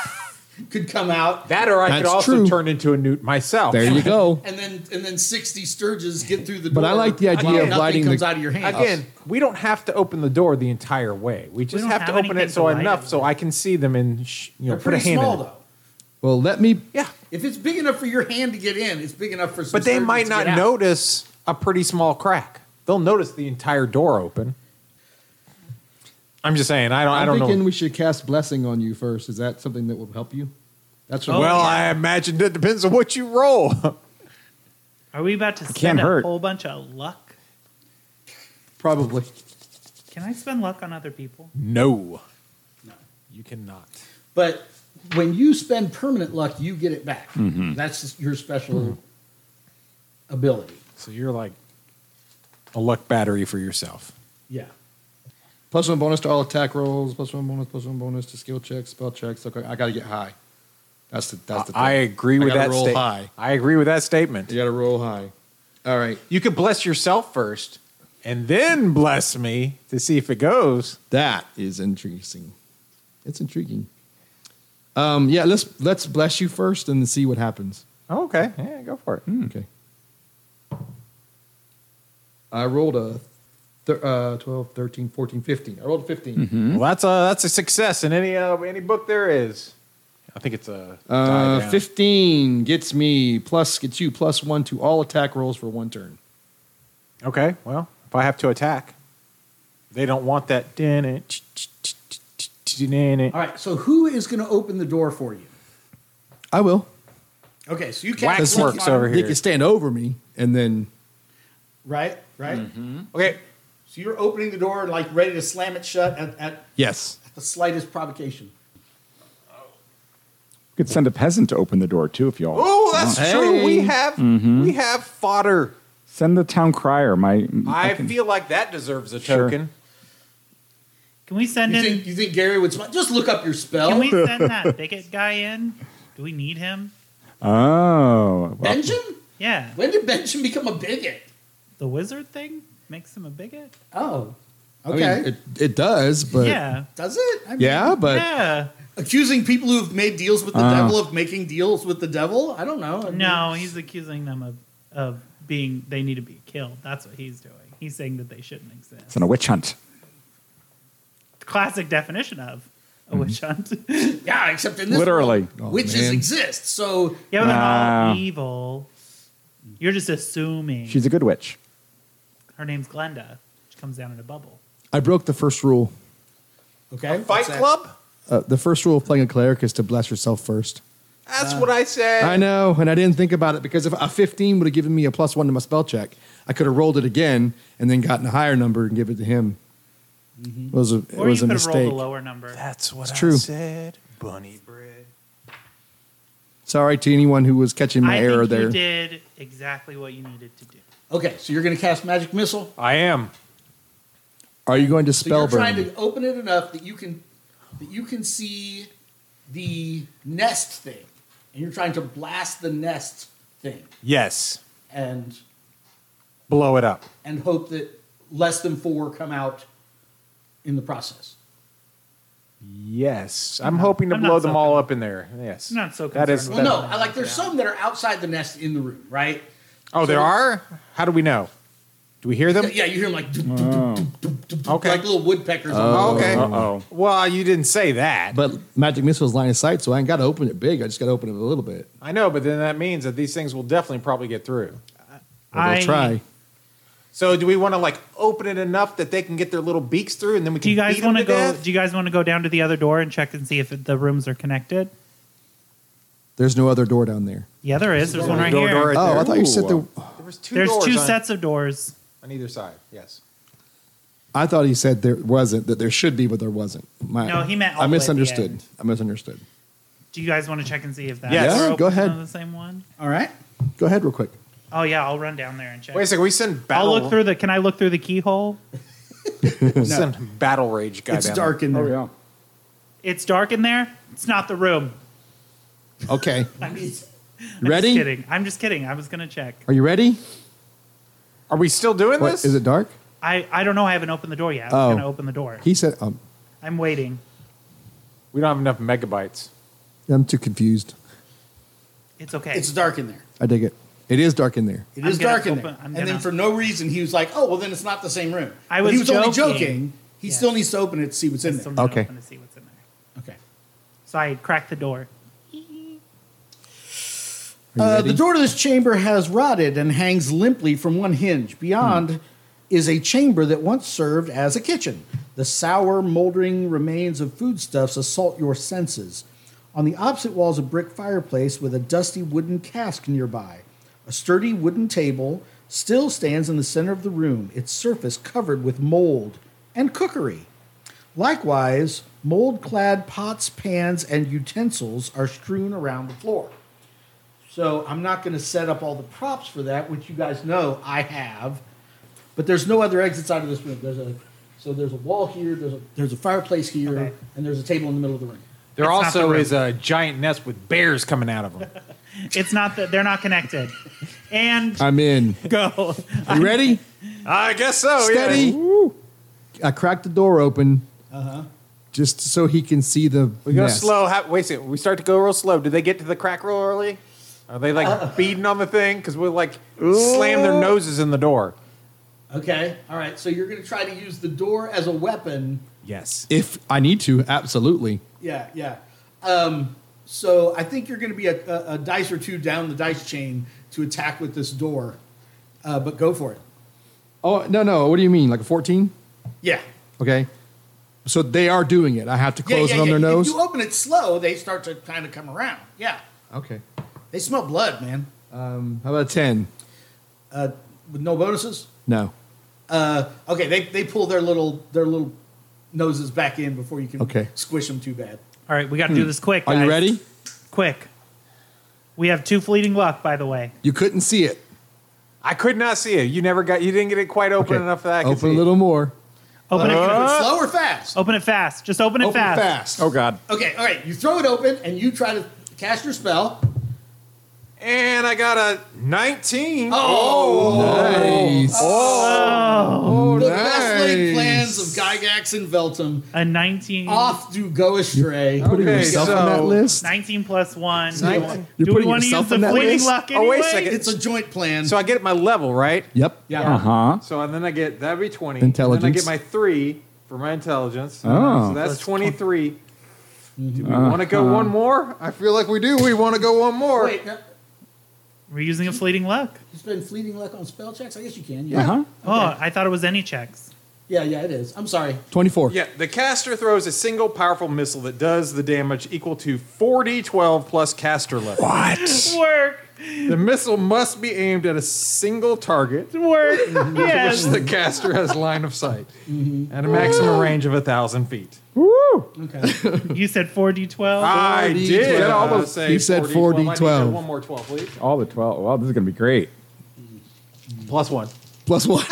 could come out,
That, or I could
That's
also
true.
turn into a newt myself.
There you go.
and then and then sixty sturges get through the door.
But I like the idea
while
of
nothing
lighting the-
comes out of your hand.
Again, we don't have to open the door the entire way. We just
don't
have, to
have
open
anything
it so
to light
enough
it.
so I can see them and sh- you know
they're
put a
pretty
hand.
small
in it.
though.
Well, let me.
Yeah,
If it's big enough for your hand to get in, it's big enough for. Some
but they
surgeons
might
to
not
get out.
notice a pretty small crack. They'll notice the entire door open. I'm just saying. I don't. I'm I
I'm
do not
thinking
know.
we should cast blessing on you first. Is that something that will help you? That's
Oh.
what
well, I imagine it depends on what you roll.
are we about to
can't
spend a
hurt.
whole bunch of luck?
probably.
Can I spend luck on other people?
no. no, you cannot.
But when you spend permanent luck, you get it back. That's your special ability.
So you're like a luck battery for yourself.
Yeah.
Plus one bonus to all attack rolls. Plus one bonus. Plus one bonus to skill checks, spell checks. Okay, I got to get high. That's the. That's the. Thing.
I agree with
gotta
that
roll
statement.
high.
I agree with that statement.
You got to roll high. All right.
You could bless yourself first and then bless me to see if it goes.
That is intriguing. It's intriguing. Um, yeah, let's let's bless you first and see what happens.
Oh, okay. Yeah, go for it.
Okay. I rolled a th- uh, 12, 13, 14, 15. I rolled a 15.
Well, that's a that's a success in any uh, any book there is. I think it's a
Uh,
diagram.
15 gets me plus gets you plus one to all attack rolls for one turn.
Okay. Well, if I have to attack, they don't want that.
All right. So who is going to open the door for you?
I will.
Okay. So you can't.
Waxworks over
They
here.
can stand over me and then
Right. Right.
Okay.
So you're opening the door, like ready to slam it shut at, at
yes.
the slightest provocation.
You could send a peasant to open the door, too, if y'all.
Oh, that's
Hey. Mm-hmm.
true. We have we have fodder.
Send the town crier. My,
I,
can-
feel like that deserves a
Sure.
token.
Can we send
You
in?
think, you think Gary would smile? Just look up your spell.
Can we send that bigot guy in? Do we need him?
Oh. Well,
Benjamin?
Yeah,
When did Benjamin become a bigot?
the wizard thing makes him a bigot.
Oh,
I
okay.
mean, it, it does, but yeah,
yeah,
Does it? I mean,
but
yeah.
Accusing people who've made deals with the
Ah.
devil of making deals with the devil? I don't know. I mean,
No, he's accusing them of of being. They need to be killed. That's what he's doing. He's saying that they shouldn't exist.
it's in a witch hunt.
Classic definition of a witch
Mm-hmm.
hunt. yeah,
Yeah, except in this
Literally.
world, witches
Oh, man.
exist. So
but they're
Ah.
all evil. You're just assuming.
She's a good witch.
Her name's Glenda. She comes down in a bubble.
I broke the first rule.
okay,
Fight
what's that?
Club.
Uh, the first rule of playing a cleric is to bless yourself first.
That's what I said.
Uh,
Uh,
I know, and I didn't think about it because if a 15 would have given me a plus one to my spell check, I could have rolled it again and then gotten a higher number and give it to him. It was a, it
Mm-hmm. Or you
was a
could have rolled
mistake.
a lower number.
That's what
It's true.
said. Bunny bread.
Sorry to anyone who was catching my
I
error
think
there.
you did exactly what you needed to do.
Okay, so you're going to cast magic missile.
I am.
Are you going to
So
spell
you're trying
burn?
to open it enough that you can that you can see the nest thing, and you're trying to blast the nest thing,
Yes.
and
Blow it up.
and hope that less than four come out in the process.
Yes. I'm hoping to
I'm
blow
not
them
so
all up in there. Yes.
I'm not so
That is.
concerned
Well,
that-
no, I like there's some that are outside the nest in the room, right?
Oh, there are? How do we know? Do we hear them?
Oh.
Yeah, you hear them like. "Dum, dum, dum, dum, dum,
Okay.
like little woodpeckers. on the
Oh, okay.
Uh-oh.
Well, you didn't say that.
But magic missile's line of sight, so I ain't got to open it big. I just got to open it a little bit.
I know, but then that means that these things will definitely probably get through.
I'll
I
try.
So do we want to like open it enough that they can get their little beaks through, and then we can
Do you guys
want to
go? Do you guys want to go down to the other door and check and see if the rooms are connected?
There's no other door down there.
Yeah, there is. There's one right
Door,
here.
door right
Oh,
there.
I thought you said the.
There was two
There's
doors
two
on,
sets of doors.
on either side. Yes.
I thought he said there wasn't that there should be, but there wasn't. My,
No, he meant all
I
the way at the
misunderstood.
end.
I misunderstood.
Do you guys want to check and see if that?
Yes.
door
Yeah, go
opens
ahead.
on The same one.
All right.
Go ahead, real quick.
Oh yeah, I'll run down there and check.
Wait a second. We send
I'll
battle.
look through the. Can I look through the keyhole?
We send battle rage guy.
it's
down
dark in there.
Oh, yeah.
It's dark in there. It's not the room.
Okay,
I'm just, I'm Just
ready?
kidding. I'm just kidding. I was gonna check.
Are you ready?
There. Are we still doing
What
this?
is it? Dark?
I I don't know. I haven't opened the door yet. I was
Oh.
gonna open the door.
He said, um,
I'm waiting.
We don't have enough megabytes.
"I'm too confused."
It's okay.
It's dark in there.
I dig it. It is dark in there.
It
I'm
is
gonna
dark in
open-
there.
I'm
and
gonna-
then for no reason, he was like, "Oh, well, then it's not the same room."
I
But
was
he was only
joking.
joking. He
Yeah.
still needs to open it to see what's in
It's
there.
something
Okay.
open to see what's in there.
Okay.
So I cracked the door.
Uh, the door to this chamber has rotted and hangs limply from one hinge. Beyond is a chamber that once served as a kitchen. The sour, moldering remains of foodstuffs assault your senses. On the opposite wall is a brick fireplace with a dusty wooden cask nearby. A sturdy wooden table still stands in the center of the room, its surface covered with mold and cookery. Likewise, mold clad pots, pans, and utensils are strewn around the floor. So I'm not going to set up all the props for that, which you guys know I have. But there's no other exits out of this room. There's a so there's a wall here, there's a there's a fireplace here,
Okay.
and there's a table in the middle of the room.
There
not the
also
room.
is a giant nest with bears coming out of them.
It's not that they're not connected. And
I'm in.
go.
You ready?
I guess so.
Steady. I cracked the door open. Just so he can see the.
We go
mess.
slow. How, wait a second. We start to go real slow. Do they get to the crack real early? Are they like beating on the thing? Because we'll like slam their noses in the door.
Okay. All right. So you're going to try to use the door as a weapon.
Yes.
If I need to, absolutely.
Yeah. Yeah. Um, so I think you're going to be a, a, a dice or two down the dice chain to attack with this door. Uh, but go for it.
Oh no, no. What do you mean? Like a fourteen?
Yeah.
Okay. So they are doing it. I have to
Yeah,
close
yeah,
it on
yeah.
their nose.
If you open it slow, they start to kind of come around. Yeah.
okay.
They smell blood, man.
Um, how about a ten?
Uh, with no bonuses.
No.
Uh, okay, they, they pull their little their little noses back in before you can
Okay.
squish them too bad.
All right, we got to do this quick.
Hmm. Are you
guys.
ready?
Quick. We have two fleeting luck, by the way.
You couldn't see it.
I could not see it. You never got. You didn't get it quite open
Okay.
enough that I could
Open a
see
little more.
Open it.
Slow or fast?
Open it fast. Just open it
Open
fast.
fast.
Oh God.
Okay, all right. You throw it open and you try to cast your spell.
it. And I got a nineteen.
Oh.
Nice.
the best laid
nice.
plans of Gygax and Veltum
A 19,
off do go astray.
Putting
Okay,
yourself on that
so-
list.
19 plus 1.
Nineteen.
You're
Do we
putting
want to use
yourself
the
on that
fleeting
list?
luck anyway?
Oh, wait a second.
It's a joint plan.
So I get my level right.
Yep.
yeah.
Huh?
So and then I get that'd be twenty. And then I
Intelligence.
get my three for my intelligence.
Oh.
so that's twenty three. Do we
Uh-huh.
want to go one more? I feel like we do. We want to go one more.
Wait, no,
We're using a fleeting luck.
you spend fleeting luck on spell checks? I guess you can. Yeah.
Uh huh.
Oh, I thought it was any checks.
Yeah, yeah, it is. I'm sorry.
Twenty-four.
Yeah, the caster throws a single powerful missile that does the damage equal to 4d12 plus caster level.
What?
Work.
The missile must be aimed at a single target,
Work.
which
yes.
the caster has line of sight, and a maximum range of a thousand feet.
Okay.
You said 4d12.
I did.
Said all those-
say
he said
4D12. I need
4D12.
One more 12, please.
All the twelve. Well, this is gonna be great.
Plus one.
Plus one.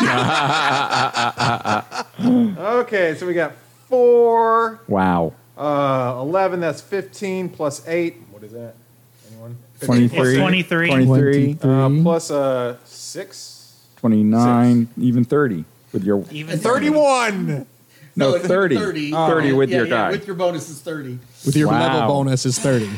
Okay, so we got four,
Wow.
uh, 11, that's 15, plus eight. What is that? Anyone?
23,
23.
23,
Uh, plus uh, six.
29, even 30 with your
Even
31!
Oh,
no 30 30, with
yeah,
your
Oh, yeah,
die.
With your bonus is 30.
With your
Wow.
level bonus is thirty.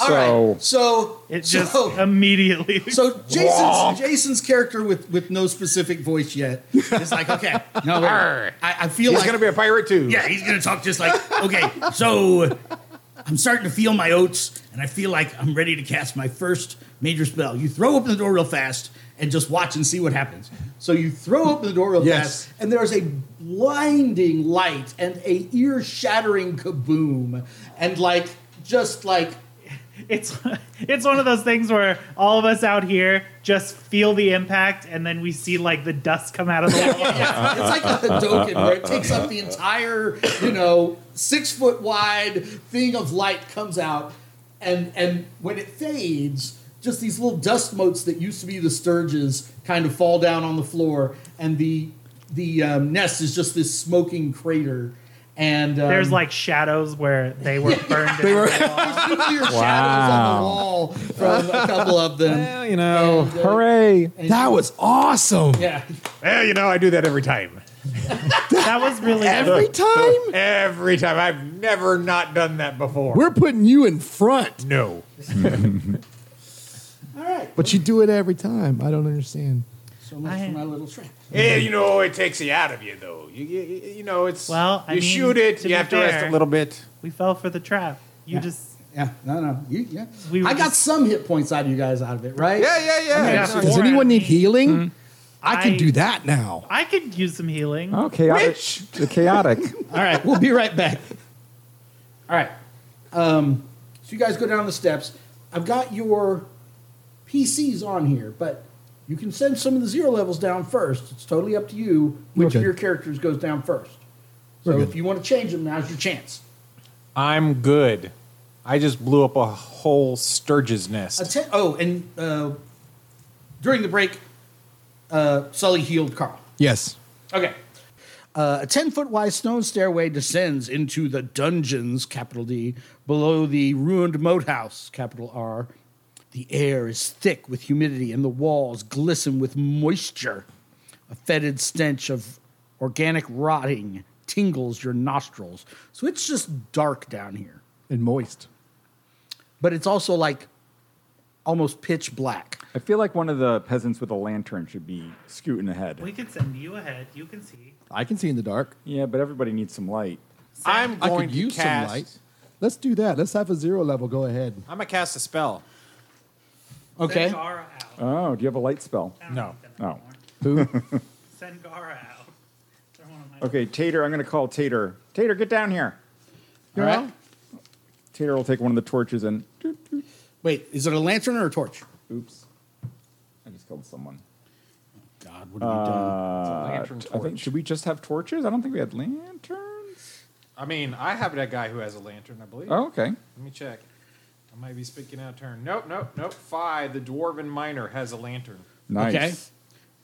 All
So-
right. So
It
so-
just immediately.
So Jason's Jason's character with with no specific voice yet is like, okay, no, wait, I, I feel
He's
like
gonna be a pirate too.
yeah, he's gonna talk just like, okay, so I'm starting to feel my oats, and I feel like I'm ready to cast my first major spell. You throw open the door real fast and just watch and see what happens. So you throw open the door real
Yes.
fast, and there's a blinding light and a ear shattering kaboom, and like just like
it's it's one of those things where all of us out here just feel the impact, and then we see like the dust come out of the wall.
Yeah, it's like the Hadoken where it takes up the entire, you know, six foot wide thing of light comes out, and and when it fades, just these little dust motes that used to be the Sturges kind of fall down on the floor, and the the um, nest is just this smoking crater. And um,
There's like shadows where they were burned. in the wall.
there's nuclear shadows on the wall from a couple of them.
Well, you know,
And, uh,
Hooray!
That was awesome.
Yeah,
well, you know, I do that every time.
That was really
Every time
Every time. I've never not done that before.
we're putting you in front,
no.
all right.
but you do it every time. I don't understand.
So much
I-
for my little trap.
Yeah, you know, it takes you out of you, though. You, you, you know, it's
Well, I
you
mean,
shoot it,
to
you
be
have to rest
fair-
a little bit.
we fell for the trap. You just
Yeah, no, no, you, yeah.
We were
I got
just-
some hit points out of you guys out of it, right?
Yeah, yeah, yeah.
Yeah.
It's-
Does
Or-
anyone need healing? I can
I-
do that now.
I could use some healing.
Oh, chaotic! The chaotic.
All right, we'll be right back. All right. Um, so you guys go down the steps. I've got your PCs on here, but you can send some of the zero levels down first. It's totally up to you which of
Okay.
your characters goes down first. So if you want to change them, now's your chance.
I'm good. I just blew up a whole Sturge's nest.
Atten- oh, and uh, during the break, uh, Sully healed Carl.
Yes.
Okay. Uh, a 10 foot wide stone stairway descends into the dungeons, capital D, below the ruined moat house, capital R. The air is thick with humidity and the walls glisten with moisture. A fetid stench of organic rotting tingles your nostrils. So it's just dark down here,
and moist.
but it's also like almost pitch black.
I feel like one of the peasants with a lantern should be scooting ahead.
We could send you ahead. You can see.
I can see in the dark.
Yeah, but everybody needs some light.
I'm
I
going
could
to
use
cast.
some light. Let's do that. Let's have a zero level. Go ahead.
I'm gonna cast a spell.
Okay.
Send Gara out.
Oh, do you have a light spell?
No.
Oh.
Who?
Send Gara out. They're one of my-
Okay, Tater. I'm going to call Tater. Tater, get down here.
All right.
Tater will take one of the torches and.
Wait, is it a lantern or a torch?
Oops. I just killed someone.
God, what have you done?
lantern
Uh, I think, should we just have torches? I don't think we had lanterns.
I mean, I have that guy who has a lantern, I believe.
Oh, okay.
Let me check. I might be speaking out of turn. Nope, nope, nope. Phi, the dwarven miner, has a lantern.
Nice.
Okay.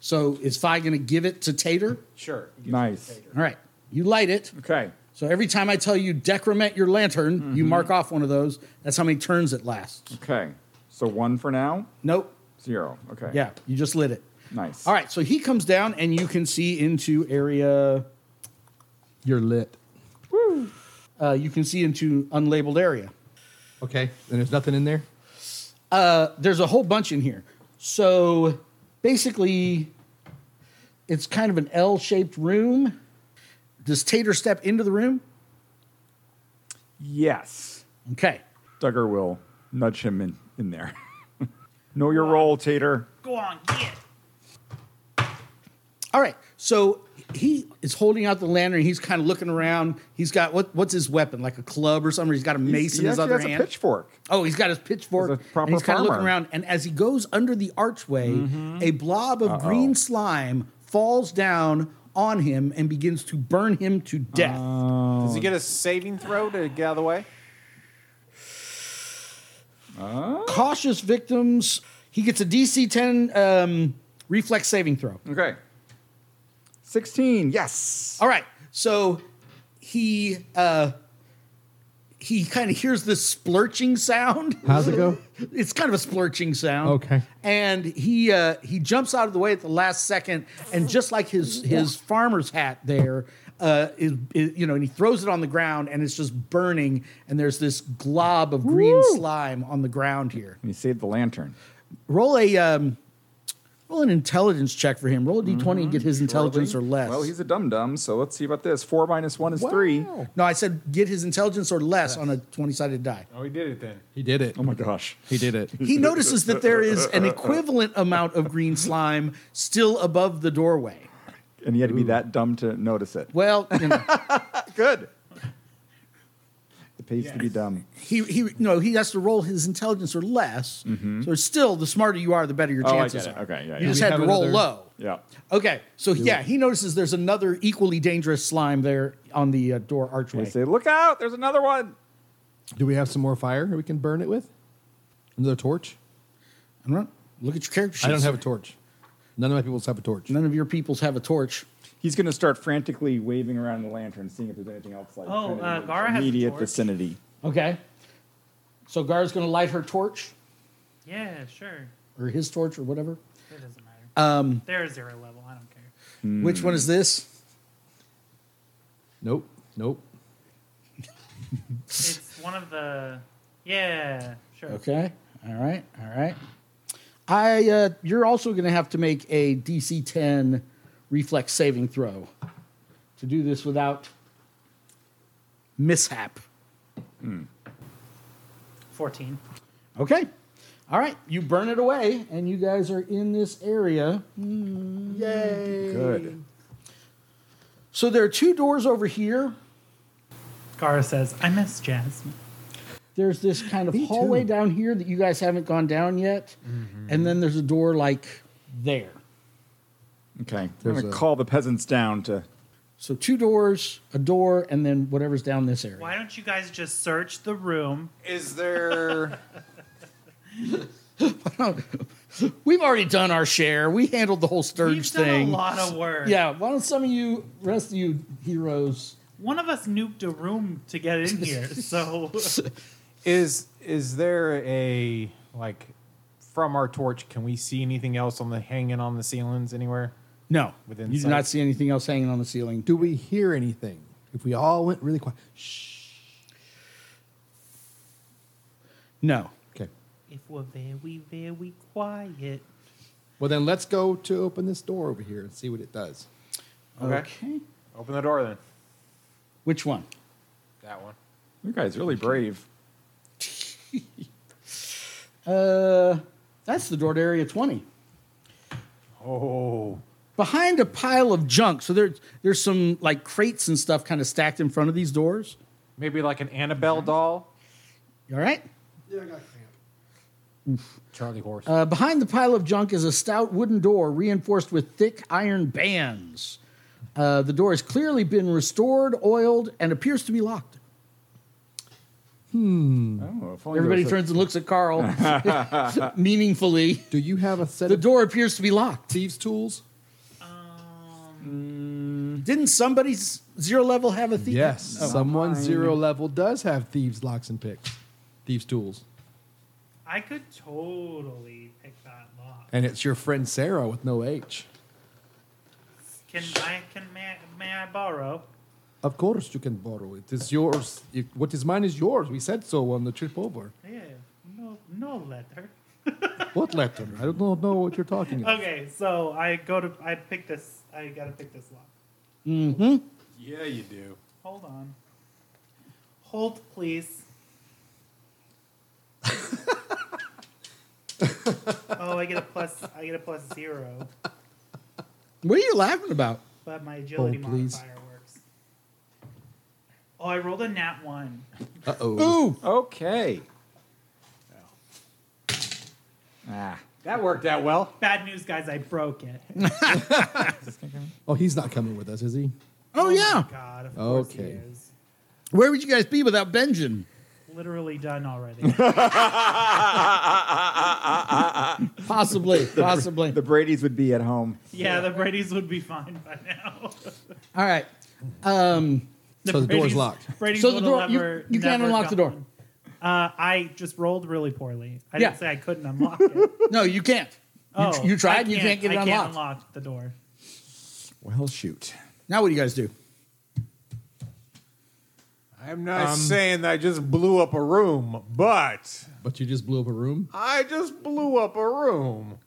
So is Fi going to give it to Tater?
Sure. you give it to
Nice.
Tater.
All right. You light it.
Okay.
So every time I tell you decrement your lantern, you
Mm-hmm.
mark off one of those. That's how many turns it lasts.
Okay. So one for now,
Nope.
zero. Okay.
Yeah, you just lit it.
Nice.
All right. So he comes down and you can see into area.
You're lit.
Uh, you can see into unlabeled area.
Okay. And there's nothing in there.
Uh, there's a whole bunch in here. So basically, it's kind of an L shaped room. Does Tater step into the room?
Yes.
Okay.
Duggar will nudge him in, in there. know your role, Tater.
Go on, get. it.
All right. So he is holding out the lantern. He's kind of looking around. He's got what? What's his weapon? Like a club or something? He's got a mace
He
in his
actually
other
has
hand.
a pitchfork.
Oh, he's got his pitchfork.
He's a proper
and he's kind of looking
farmer.
around.
Mm-hmm.
And as he goes under the archway, a blob of green slime falls down on him and begins to burn him to death.
Uh.
Does he get a saving throw to get out of the way?
Cautious victims. He gets a DC 10 um, reflex saving throw.
Okay. 16. Yes.
All right. So he uh, he kind of hears this splurching sound.
How's it go?
It's kind of a splurching sound.
Okay.
And he uh, he jumps out of the way at the last second, and just like his his farmer's hat there, uh, is, is you know, and he throws it on the ground, and it's just burning, and there's this glob of green slime on the ground here.
And he saved the lantern.
Roll a um, roll an intelligence check for him. Roll a d20 and get his intelligence or less.
Well, he's a dum dum, so let's see about this. Four minus one is three.
no, I said get his intelligence or less on a 20 sided die.
Oh, he did it then.
He did it.
Oh my gosh.
He did it.
He notices that there is an equivalent amount of green slime still above the doorway.
And he had to be that dumb to notice it.
Well, you know,
Good. It pays to be dumb.
he he no, he has to roll his intelligence or less. So it's still the smarter you are, the better your
Mm-hmm. Oh, I
chances
get it.
are.
Okay, yeah,
You
yeah.
just
Do we
had to
have
roll
another-
low.
Yeah.
Okay, so yeah, he notices there's another equally dangerous slime there on the uh, door
They
archway.
say, look out, there's another one.
Do we have some more fire we can burn it with? Another torch?
I don't know. Look at your character sheets.
I don't have a torch. None of my people have a torch.
None of your peoples have a torch.
He's going to start frantically waving around the lantern, seeing if there's anything else like
Oh,
kind of
uh,
in the
Gara has a
immediate
torch.
vicinity.
Okay. So Gar's going to light her torch
Yeah, sure.
or his torch or whatever.
It doesn't matter. Um, They're zero level. I don't care.
Which one is this?
Nope. Nope.
It's one of the. Yeah, sure.
Okay. All right. All right. I uh, you're also going to have to make a DC 10 reflex saving throw to do this without mishap.
14.
Okay. All right. You burn it away, and you guys are in this area.
Good.
So there are two doors over here.
Kara says, I miss Jasmine.
There's this kind of hallway down here that you guys haven't gone down yet, and then there's a door like there.
Okay. We're going
a-
to call the peasants down to.
So two doors, a door, and then whatever's down this area.
Why don't you guys just search the room?
Is there?
We've already done our share. We handled the whole Sturge
You've done
thing.
a lot of work.
Yeah, why don't some of you, rest of you heroes,
One of us nuked a room to get in here, so
is is there a like from our torch? Can we see anything else on the hanging on the ceilings anywhere?
no,
Within
you do
sight.
not see anything else hanging on the ceiling.
Do we hear anything? If we all went really quiet. Shh.
No.
Okay.
if we're very, very quiet.
Well, then let's go to open this door over here and see what it does.
Okay.
okay.
Open the door then.
Which one?
That one.
You guys really brave.
Uh, that's the door to area 20.
Oh,
Behind a pile of junk. So there's there's some like crates and stuff kind of stacked in front of these doors.
maybe like an Annabelle doll.
You all right?
Charlie horse.
Uh, behind the pile of junk is a stout wooden door reinforced with thick iron bands. Uh, the door has clearly been restored, oiled, and appears to be locked. Hmm.
Oh, if only there
Everybody
was a-
turns and looks at Carl meaningfully.
Do you have a set
The
of
door appears to be locked.
thieves' tools?
Didn't somebody's zero level have a thief?
Yes. Oh, Someone zero level does have thieves' locks and picks, thieves' tools.
I could totally pick that lock.
And it's your friend Sarah with no H.
Can I can may, may I borrow?
Of course you can borrow it. It's yours. It, what is mine is yours. We said so on the trip over.
Yeah. No no letter.
What letter? I don't know, know what you're talking about.
Okay, so I go to I pick this I gotta pick this lock.
yeah, you do.
Hold on. Hold please. oh, I get a plus I get a plus zero.
What are you laughing about?
But my agility
Hold, please.
modifier works. Oh, I rolled a nat one.
Ooh,
Okay. Ah.
That worked out well.
Bad news, guys, I broke it.
Oh, he's not coming with us, is he?
oh yeah.
my God, of course he
Okay.
is.
Where would you guys be without Benjamin?
Literally done already.
Possibly, possibly.
The Brady's would be at home.
yeah, the Brady's would be fine by now.
All right.
So the door's
Brady's-
locked.
Brady's
So the
would've
door- you-
never-
you can't
never
unlock the door.
gotten- Uh, I just rolled really poorly. I
Yeah.
didn't say I couldn't unlock it.
No, you can't.
Oh,
you, you
I
tried. you can't get it
I
unlocked.
can't unlock the door.
Well, shoot.
Now what do you guys do?
I'm not saying that I just blew up a room, but
But you just blew up a room.
I just blew up a room.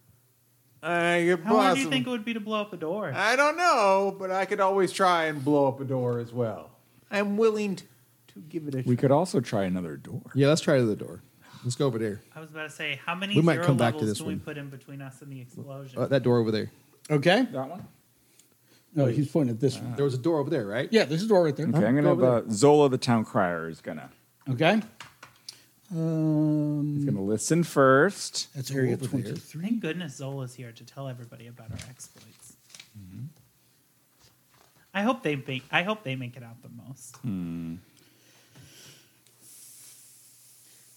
I could
How long do you
possibly-
think it would be to blow up a door?
I don't know, but I could always try and blow up a door as well. I'm willing t- to give it a
We
try.
could also try another door.
Yeah, let's try the other door. Let's go over there.
I was about to say, how many
We might
zero
come back to
levels
this
can
one.
we put in between us and the explosion?
Uh, that door over there.
Okay.
That one?
No, Oh, he's pointing at this one.
There was a door over there, right?
Yeah, there's a door right there.
Okay, I'm gonna have uh, Zola the town crier is gonna
Okay. Um,
he's gonna listen first.
that's area 23.
Thank goodness Zola's here to tell everybody about our exploits. I hope they make, I hope they make it out the most.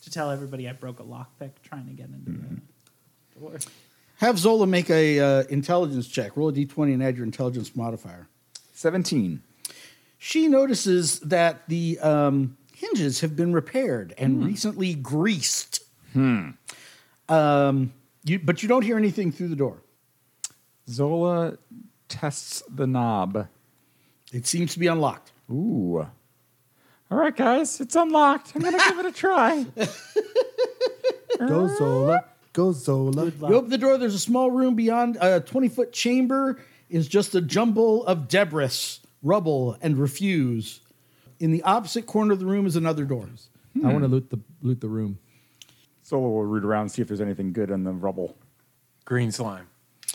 To tell everybody I broke a lockpick trying to get into the door.
Have Zola make a uh, intelligence check. Roll a d20 and add your intelligence modifier.
Seventeen.
She notices that the um, hinges have been repaired and recently greased. Hmm. Um, you, but you don't hear anything through the door.
Zola tests the knob.
It seems to be unlocked.
Ooh. All right, guys, it's unlocked. I'm gonna give it a try.
Go Zola. Go Zola.
You open the door, there's a small room beyond a 20 foot chamber, is just a jumble of debris, rubble, and refuse. In the opposite corner of the room is another door.
I want to loot the loot the room.
Zola will root around see if there's anything good in the rubble.
Green slime.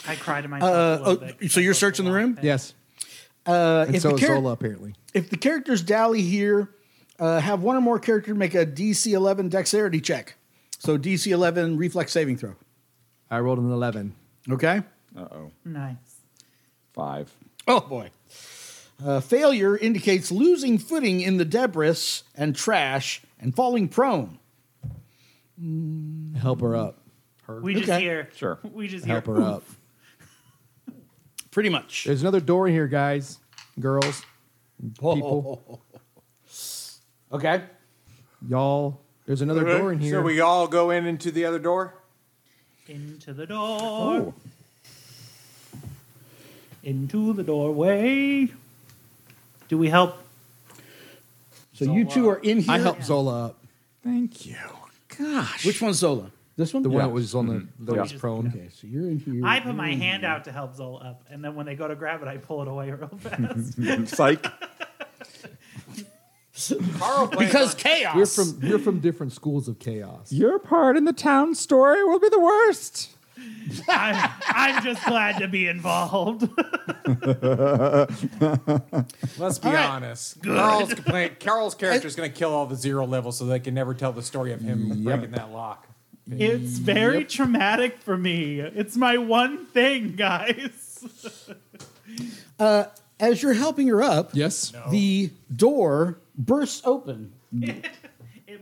I cry to myself.
Uh,
a little
oh,
bit
so
'cause
you're
I broke
searching the room?
lockpick.
Yes.
Uh,
And
if,
so
the
is
char-
Zola, apparently.
if the characters dally here, uh, have one or more character make a DC 11 dexterity check. So DC 11 reflex saving throw.
I rolled an eleven.
Okay?
Uh oh.
Nice.
Five.
Oh boy. Uh, failure indicates losing footing in the debris and trash and falling prone.
Help her up.
We just
Okay.
hear.
Sure.
We just hear.
Help her up.
Pretty much.
There's another door in here, guys, girls, people,
Okay.
y'all. There's another door in here.
Should Uh-huh. we all go in into the other door?
Into the
Oh.
door. Into the doorway. Do we help?
So you two are in here.
I helped Zola up.
Thank you. Gosh.
Which one's Zola? This one?
The one that was on the that was
Yeah.
prone.
Okay, so you're in here.
I put my hand out to help Zola up, and then when they go to grab it, I pull it away real fast.
Psych.
Carl plays
because
on-
chaos.
We're from we're from different schools of chaos.
Your part in the town story will be the worst.
I'm, I'm just glad to be involved.
let's be honest. Carl's complaint. Carl's character is going to kill all the zero levels, so they can never tell the story of him breaking that lock.
it's very traumatic for me. It's my one thing, guys.
As you're helping her up,
Yes.
the door bursts open,
It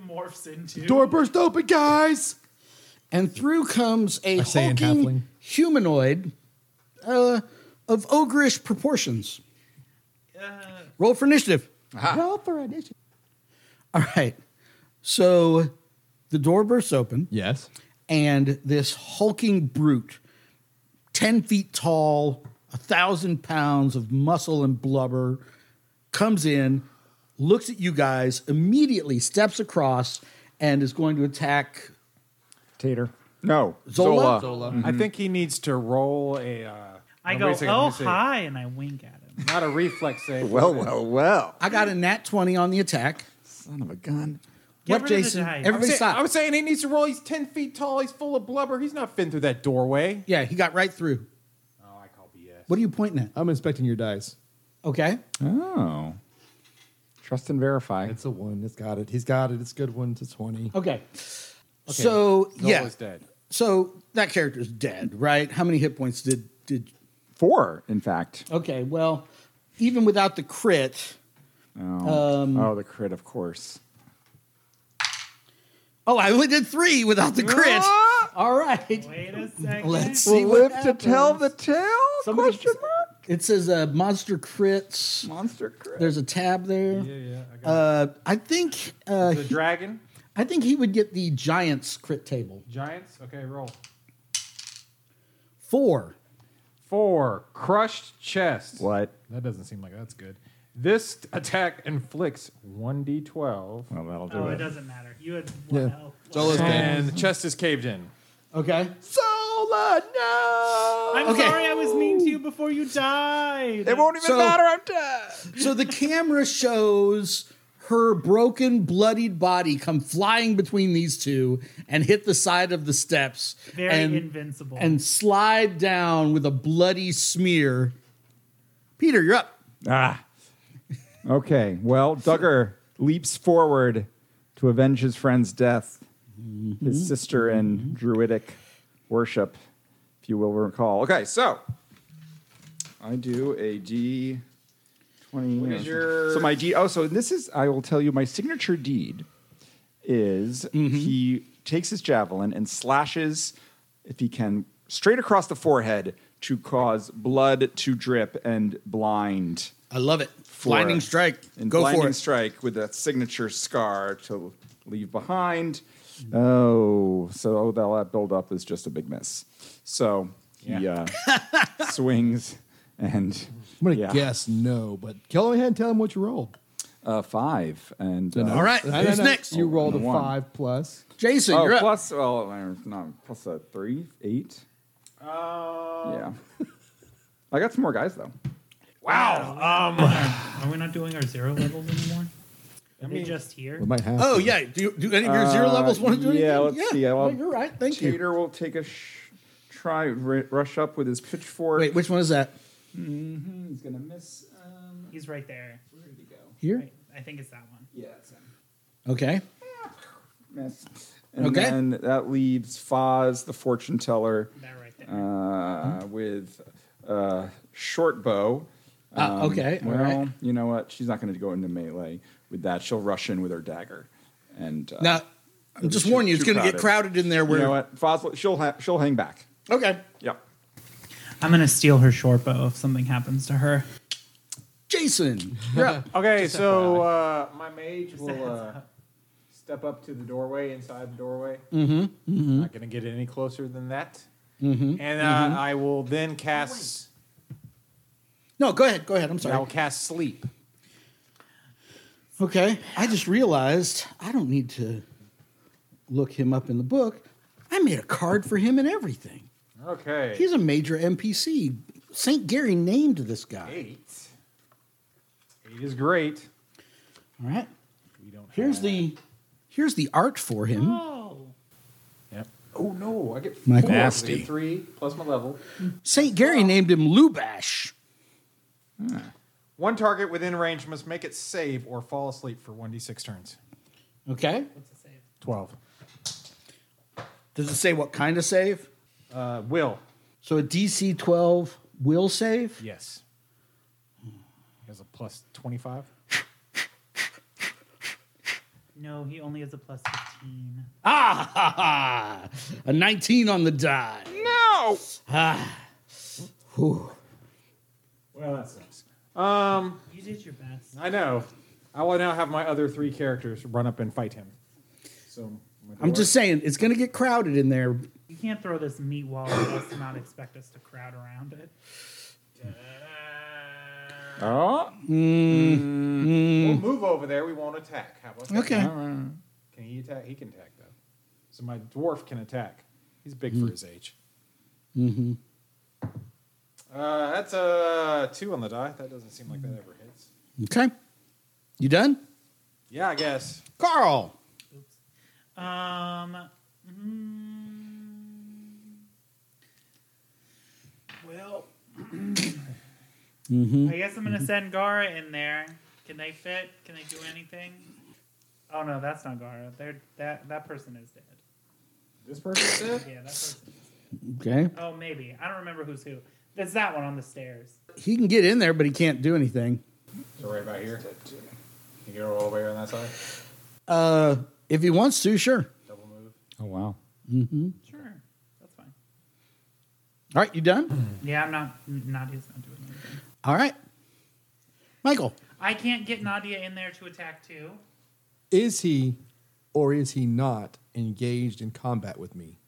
morphs into
Door burst open, guys.
and through comes a
I say in halfling.
hulking humanoid uh, of ogreish proportions. Roll for initiative.
Roll for initiative.
All right. So the door bursts open,
Yes.
and this hulking brute, 10 feet tall, a thousand pounds of muscle and blubber, comes in, looks at you guys, immediately steps across, and is going to attack.
Tater. No.
Zola?
Zola.
I think he needs to roll a. Uh,
I
wait
go,
a second, let
oh,
me see.
hi, and I wink at him.
Not a reflex save.
Well, well, well.
I got a nat 20 on the attack.
Son of a gun.
Get
What,
rid of the
Jason?
dice.
I'm
Everybody
saying,
stop.
I'm saying he needs to roll. He's ten feet tall. He's full of blubber. He's not fitting through that doorway.
yeah, he got right through.
Oh, I call BS.
What are you pointing at?
I'm inspecting your dice.
Okay.
Oh. Trust and verify.
It's a one. It's got it. He's got it. It's a good one. It's a 20.
Okay. So, yeah.
Zola's dead.
So that character's dead, right? How many hit points did did
Four, in fact.
Okay, well, even without the crit,
Oh.
Um,
oh, the crit, of course.
oh, I only did three without the crit. All right,
Wait a second.
let's see what happens.
tale?
Somebody- Question mark? It says uh, monster crits.
Monster crit.
There's a tab there. Yeah, yeah. Uh, I think uh,
The dragon,
I think he would get the giants crit table
giants. Okay, roll
four.
four. Crushed chest.
what?
That doesn't seem like that's good. This attack inflicts 1d12.
Well, that'll do
Oh, it
it.
doesn't matter. You had one health.
Zola's dead.
And the chest is caved in.
Okay.
Zola, no!
I'm sorry I was mean to you before you died.
It won't even
So-
matter. I'm dead.
So the camera shows her broken, bloodied body come flying between these two and hit the side of the steps.
Very
and,
invincible.
And slide down with a bloody smear. Peter, you're up.
Ah. Okay. Well, Duggar leaps forward to avenge his friend's death, his sister in druidic worship, if you will recall. Okay, so I do a D. 20,
is your-
So my D. Oh, so this is. I will tell you. My signature deed is he takes his javelin and slashes, if he can, straight across the forehead to cause blood to drip and blind
I love it.
for-
Blinding strike.
and
Go
blinding
for it.
strike with that signature scar to leave behind. Oh, so that build up is just a big miss. So he uh, swings and
I'm gonna
yeah,
guess no, but go ahead and tell him what you rolled.
uh, five and uh,
All right.
I don't
Who's
know.
next?
You rolled a
One.
five plus.
Jason,
Oh,
you're up.
plus well, I don't know, plus a three, eight. yeah, I got some more guys though.
Are we not doing our zero levels anymore? Are they just here?
We might have.
Oh
to.
yeah. Do, you, do any of your zero levels want to do anything?
Uh, yeah, let's see.
Yeah,
I'll-
you're right. Thank you.
Tater will take a sh- try, r- rush up with his pitchfork. Mm-hmm,
Wait, which one is that?
He's gonna miss. Um,
He's right there.
where did he go?
Here.
Right. I think it's that one.
Yeah, it's him.
Okay.
Miss. And
Okay.
then that leaves Foz, the fortune teller,
That right there.
uh,
Mm-hmm.
with uh, short bow. Um,
Ah, okay, all
Well,
right.
you know what? She's not going to go into melee with that. She'll rush in with her dagger. And uh,
Now, I'm just warning you, it's
too
going to get
crowded.
crowded in there.
you
Where
know what? Foz, she'll ha- she'll hang back.
okay,
Yep.
I'm gonna steal her short bow if something happens to her.
Jason, you're up.
Okay, so uh, my mage
a
will
heads
uh, step up to the doorway, inside the doorway.
Mm-hmm.
Not going to get any closer than that. And uh,
Mm-hmm.
I will then cast.
no, go ahead. Go ahead. I'm
I will
sorry.
cast sleep.
Okay. I just realized I don't need to look him up in the book. I made a card for him and everything.
Okay.
He's a major NPC. St. Gary named this guy.
eight. Eight is great.
All right.
We don't.
Here's
have-
the here's the art for him.
Oh.
Yep. Oh no! I get four.
Michael.
I
Nasty.
get three plus my level.
St. Gary named him Lubash.
One target within range must make it save or fall asleep for one d six turns.
Okay.
What's it say?
Twelve.
Does it say what kind of save?
Uh, will.
So a DC 12 will save?
Yes. He has a plus twenty-five.
No, he only has a plus 15.
Ah, ha, ha. a 19 on the die.
No.
Whew.
Well, that sucks.
You did your best.
I know. I will now have my other three characters run up and fight him. So my
I'm
dwarf-
just saying, it's going to get crowded in there.
You can't throw this meat wall at us and not expect us to crowd around it.
Oh.
We'll move over there. We won't attack. How about that?
Mm. Okay.
Can he attack? He can attack though. So my dwarf can attack. He's big for his age. Mm-hmm. Uh, that's a two on the die. That doesn't seem like that ever hits.
Okay. You done?
Yeah, I guess.
Carl.
Um. mm, well, I guess I'm gonna send Gara in there. Can they fit? Can they do anything? Oh no, that's not Gara. They're, that that person is dead.
This person did.
Yeah, that person.
Okay.
Oh, maybe I don't remember who's who. There's that one on the stairs.
He can get in there, but he can't do anything.
So right about here. You go all the way on that side.
Uh, if he wants to, sure.
Double move.
Oh wow.
Sure, that's fine.
All right, you done?
Yeah, I'm not. Nadia's not doing anything.
All right. Michael.
I can't get Nadia in there to attack too.
Is he or is he not engaged in combat with me?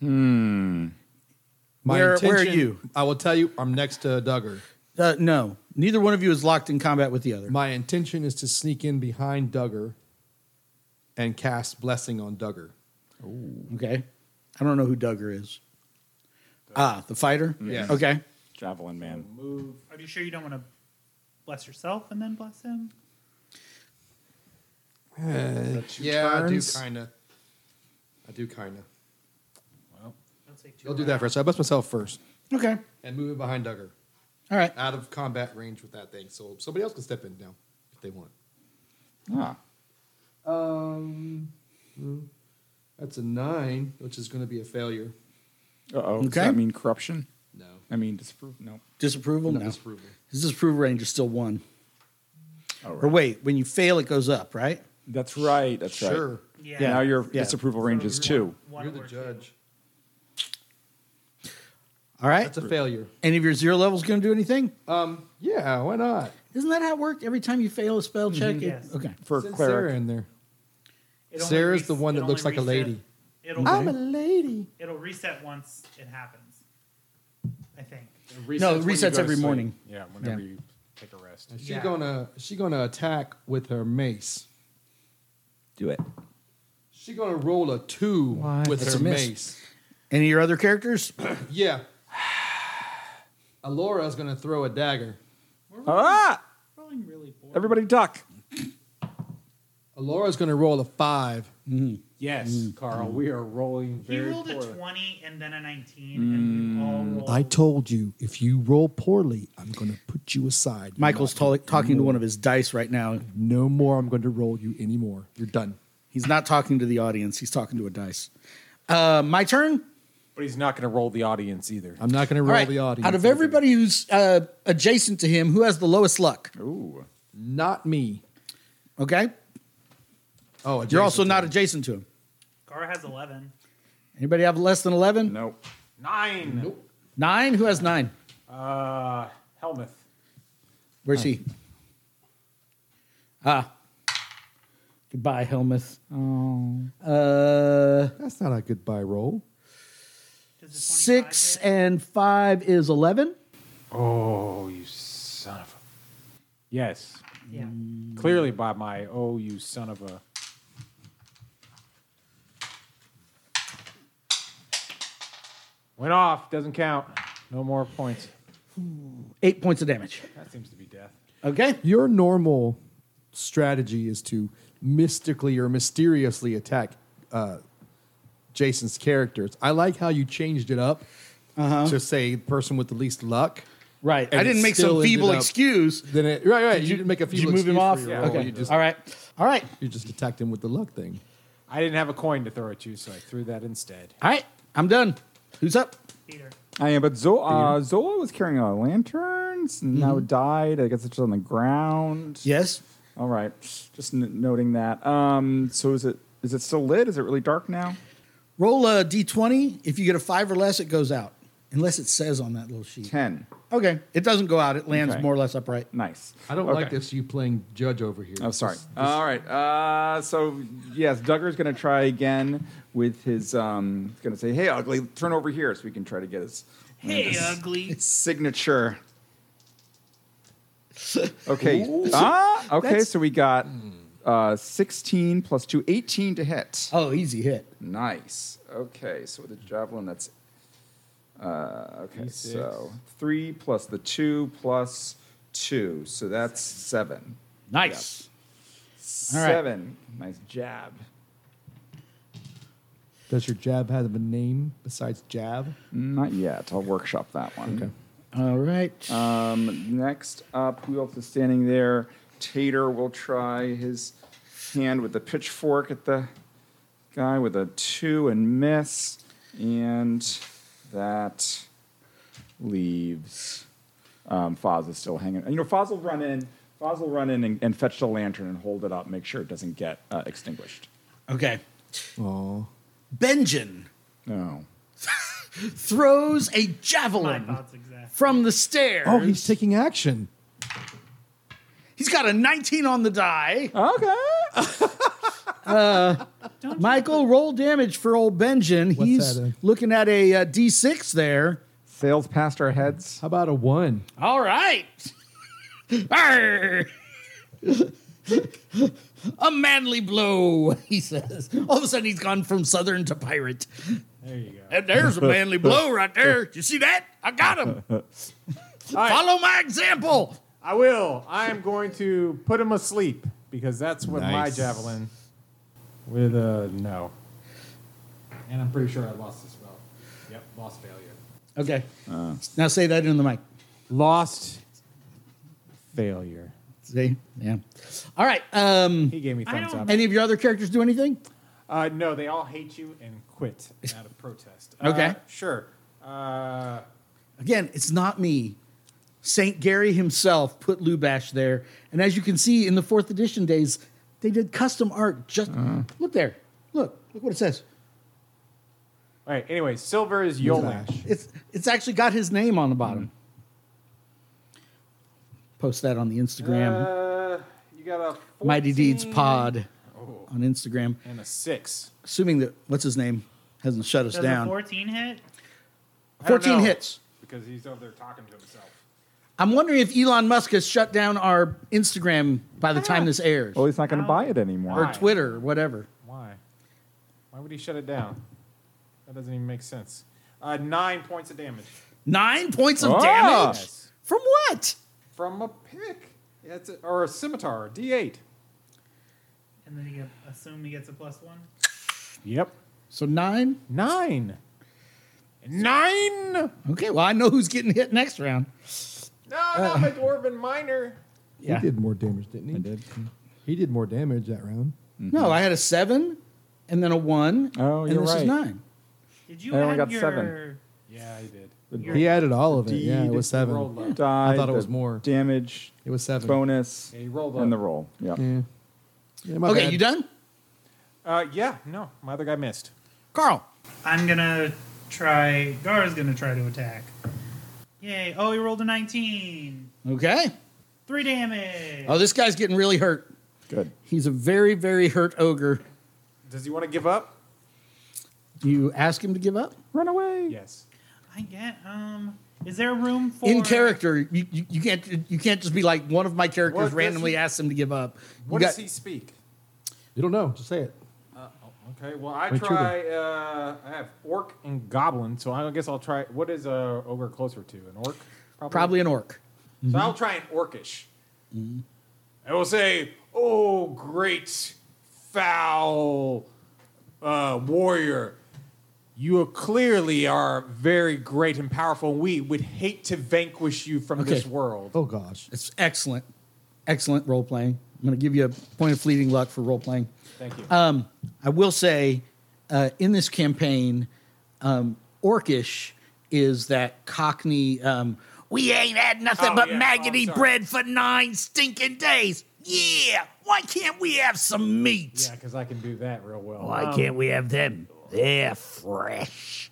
Hmm.
Where- where are you?
I will tell you, I'm next to Duggar.
Uh, no, Neither one of you is locked in combat with the other.
My intention is to sneak in behind Duggar and cast blessing on Duggar.
Okay. I don't know who Duggar is. Ah, the fighter?
Yeah.
Okay.
Javelin man.
Are you sure you don't want to bless yourself and then bless him?
Yeah,
turns?
I do kind of. I do kind of.
Don't say too
I'll do that first. I bust myself first
Okay.
and move it behind Duggar,
All right.
out of combat range with that thing. So somebody else can step in now if they want.
Ah.
Um, that's a nine, which is going to be a failure.
Uh oh. Does
Okay.
that mean corruption?
No,
I mean disprove? No.
Disapproval? No.
disapproval.
His disapproval range is still one.
Oh,
Or wait, when you fail, it goes up, right?
That's right. That's right.
Sure,
Yeah.
Now your
Yeah.
disapproval range is two.
One
you're the
or two.
judge.
All right.
That's a failure.
Any of your zero levels going to do anything?
Um, yeah, why not?
Isn't that how it worked? Every time you fail a spell check? it-
Yes.
Okay.
For
Since Sarah
cleric.
in there.
It only
Sarah's
res-
the one
it
that
only
looks like a
reset-
lady.
It'll,
I'm a lady.
it'll reset once it happens. I think.
No, it
when you go
resets
to
every
sleep.
morning.
Yeah, whenever
Yeah.
you take a rest.
She's
Yeah.
gonna she gonna attack with her mace.
Do it.
She gonna roll a two with
That's
her
a miss.
mace.
Any of your other characters?
Yeah. Alora's gonna throw a dagger.
Ah!
Rolling really bored.
Everybody duck.
Alora's gonna roll a five.
Yes, Carl, we are rolling
He
very
rolled a
poorly.
20 and then a 19, and we all rolled.
I told you if you roll poorly, I'm going to put you aside.
Michael's tol- talking to one of his dice right now.
No more. I'm going to roll you anymore.
You're done.
He's not talking to the audience. He's talking to a dice. Uh, my turn.
But he's not going to roll the audience either.
I'm not gonna roll
All right.
the audience.
Out of everybody who's uh, adjacent to him, who has the lowest luck?
Ooh.
not me.
Okay,
Oh,
you're also
adjacent.
not adjacent to him.
Kara has 11.
Anybody have less than eleven?
Nope.
Nine.
Nine. Who has nine?
Uh, Helmuth.
Where's he? Ah. Goodbye, Helmuth. Oh. Uh,
That's not a goodbye roll.
Does the 25
six
hit?
and five is eleven.
Oh, you son of a. Yes.
Yeah.
Clearly by my, oh, you son of a. Went off. Doesn't count. No more points.
Eight points of damage.
That seems to be death.
Okay.
Your normal strategy is to mystically or mysteriously attack uh, Jason's characters. I like how you changed it up to say the person with the least luck.
Right.
And
Uh-huh. I didn't
it
make
still
some feeble
ended up-
excuse.
Then it, right, right. you, didn't make a
Did
few.
you move him off? okay.
You just,
All right. All right.
you just attacked him with the luck thing.
I didn't have a coin to throw at you, so I threw that instead.
All right. I'm done. Who's up?
Peter.
I am, but Zola, uh, Zola was carrying a lanterns and now died. I guess it's on the ground.
Yes.
All right. Just n- noting that. Um, so is it is it still lit? Is it really dark now?
Roll a d20. If you get a five or less, it goes out, unless it says on that little sheet.
Ten.
Okay. It doesn't go out. It lands
Okay.
more or less upright.
Nice.
I don't
Okay.
like this. You playing judge over here.
Oh, sorry. All right. Uh, so yes, Duggar's going to try again with his. Um, he's going to say, "Hey, ugly, turn over here," so we can try to get his
Hey, ugly.
signature. Okay. Ah. Okay. So we got
Hmm.
uh, sixteen plus two, 18 to hit.
Oh, easy hit.
Nice. Okay, so with a javelin, that's uh, okay. So three plus the two plus two, so that's seven.
Nice. All right.
Seven. Nice jab.
Does your jab have a name besides jab?
Not yet. I'll workshop that one. Okay.
All right.
Um, next up, who else is standing there? Tater will try his hand with the pitchfork at the guy with a two and miss. And that leaves. Um, Foz is still hanging. You know, Foz will run in. Foz will run in and, and fetch the lantern and hold it up, make sure it doesn't get uh, extinguished.
okay. Benjin
No.
throws a
My
javelin
thoughts exactly.
from the stairs.
Oh, he's taking action.
he's got a 19 on the die.
Okay.
Michael, roll damage for old Benjin.
What's
He's
that, uh?
looking at a uh, D6 there.
Sails past our heads.
How about a one?
All right. Arr! A manly blow, he says. All of a sudden, he's gone from Southern to pirate.
There you go.
And there's a manly blow right there. You see that? I got him. Follow my example.
I will. I am going to put him asleep because that's what my
Nice.
javelin. With a no. And I'm pretty sure I lost the spell. Yep, lost failure.
Okay. Uh. now say that in the mic.
Lost failure.
See? Yeah. All right. Um,
He gave me
I
thumbs
don't-
up.
any of your other characters do anything?
Uh, no, they all hate you and quit out of protest.
Okay.
Uh, sure. Uh,
Again, it's not me. St. Gary himself put Lubash there. And as you can see in the fourth edition days, they did custom art. Just look there. Look. Look what it says.
all right. Anyway, silver is Yolash.
It's it's actually got his name on the bottom. Post that on the Instagram.
Uh, you got a 14
Mighty Deeds Pod on Instagram.
and a six.
Assuming that what's his name hasn't shut us
Does a
down.
14 hit?
I don't
14
know,
hits.
because he's over there talking to himself.
I'm wondering if Elon Musk has shut down our Instagram by the time this airs
Well, he's not going to buy it anymore.
or Twitter or whatever.
Why? Why would he shut it down? That doesn't even make sense. Uh, nine points of damage.
9 points of
Ah.
damage
Yes.
from what?
From a pick. That's a, or a scimitar, D D8.
And then you get, assume he gets a plus one.
Yep.
So 9.
Nine. Nine! No,
Okay, well I know who's getting hit next round. Uh.
not my dwarven miner.
Yeah.
He did more damage, didn't he? I did. He did more damage that round.
No, I had a 7 and then a 1
Oh,
and
you're
this is
right.
9.
Did you
I only
add
got
your?
seven.
Yeah, he did.
He added all of it. Yeah, it
Deed
was seven.
Rolled low.
Die,
I thought it
the
was more.
Damage,
It was seven.
bonus,
Yeah, he rolled
and the
up.
roll. Yeah.
Yeah. Yeah, my
Okay,
bad.
you done?
Uh, yeah, no, my other guy missed.
Carl.
I'm gonna try. Gara's gonna try to attack. Yay! Oh, he rolled a 19.
Okay.
Three damage.
Oh, this guy's getting really hurt.
Good.
He's a very, very hurt ogre.
Does he want to give up?
Do you ask him to give up?
Run away.
Yes.
I get. Um, is there room for
In character, you, you, you can't you can't just be like one of my characters
What does
randomly
he-
asks him to give up. You
What
got-
does he speak?
You don't know. Just say it.
Okay, well, I
Wait,
try. Uh, I have orc and goblin, so I guess I'll try. What is a ogre closer to? An orc?
Probably Mm-hmm. an orc.
So I'll try an orcish. I will say, "Oh, great foul uh, warrior, you are clearly are very great and powerful. We would hate to vanquish you from this
Okay.
world."
Oh gosh.
It's excellent, excellent role playing. I'm going to give you a point of fleeting luck for role playing.
Thank you.
Um, I will say, uh, in this campaign, um, orcish is that Cockney. Um, we ain't had nothing
Oh,
but
yeah.
maggoty
Oh, sorry.
bread for nine stinking days. Yeah, why can't we have some meat?
yeah, because I can do that real well.
Why
Um,
can't we have them? They're fresh.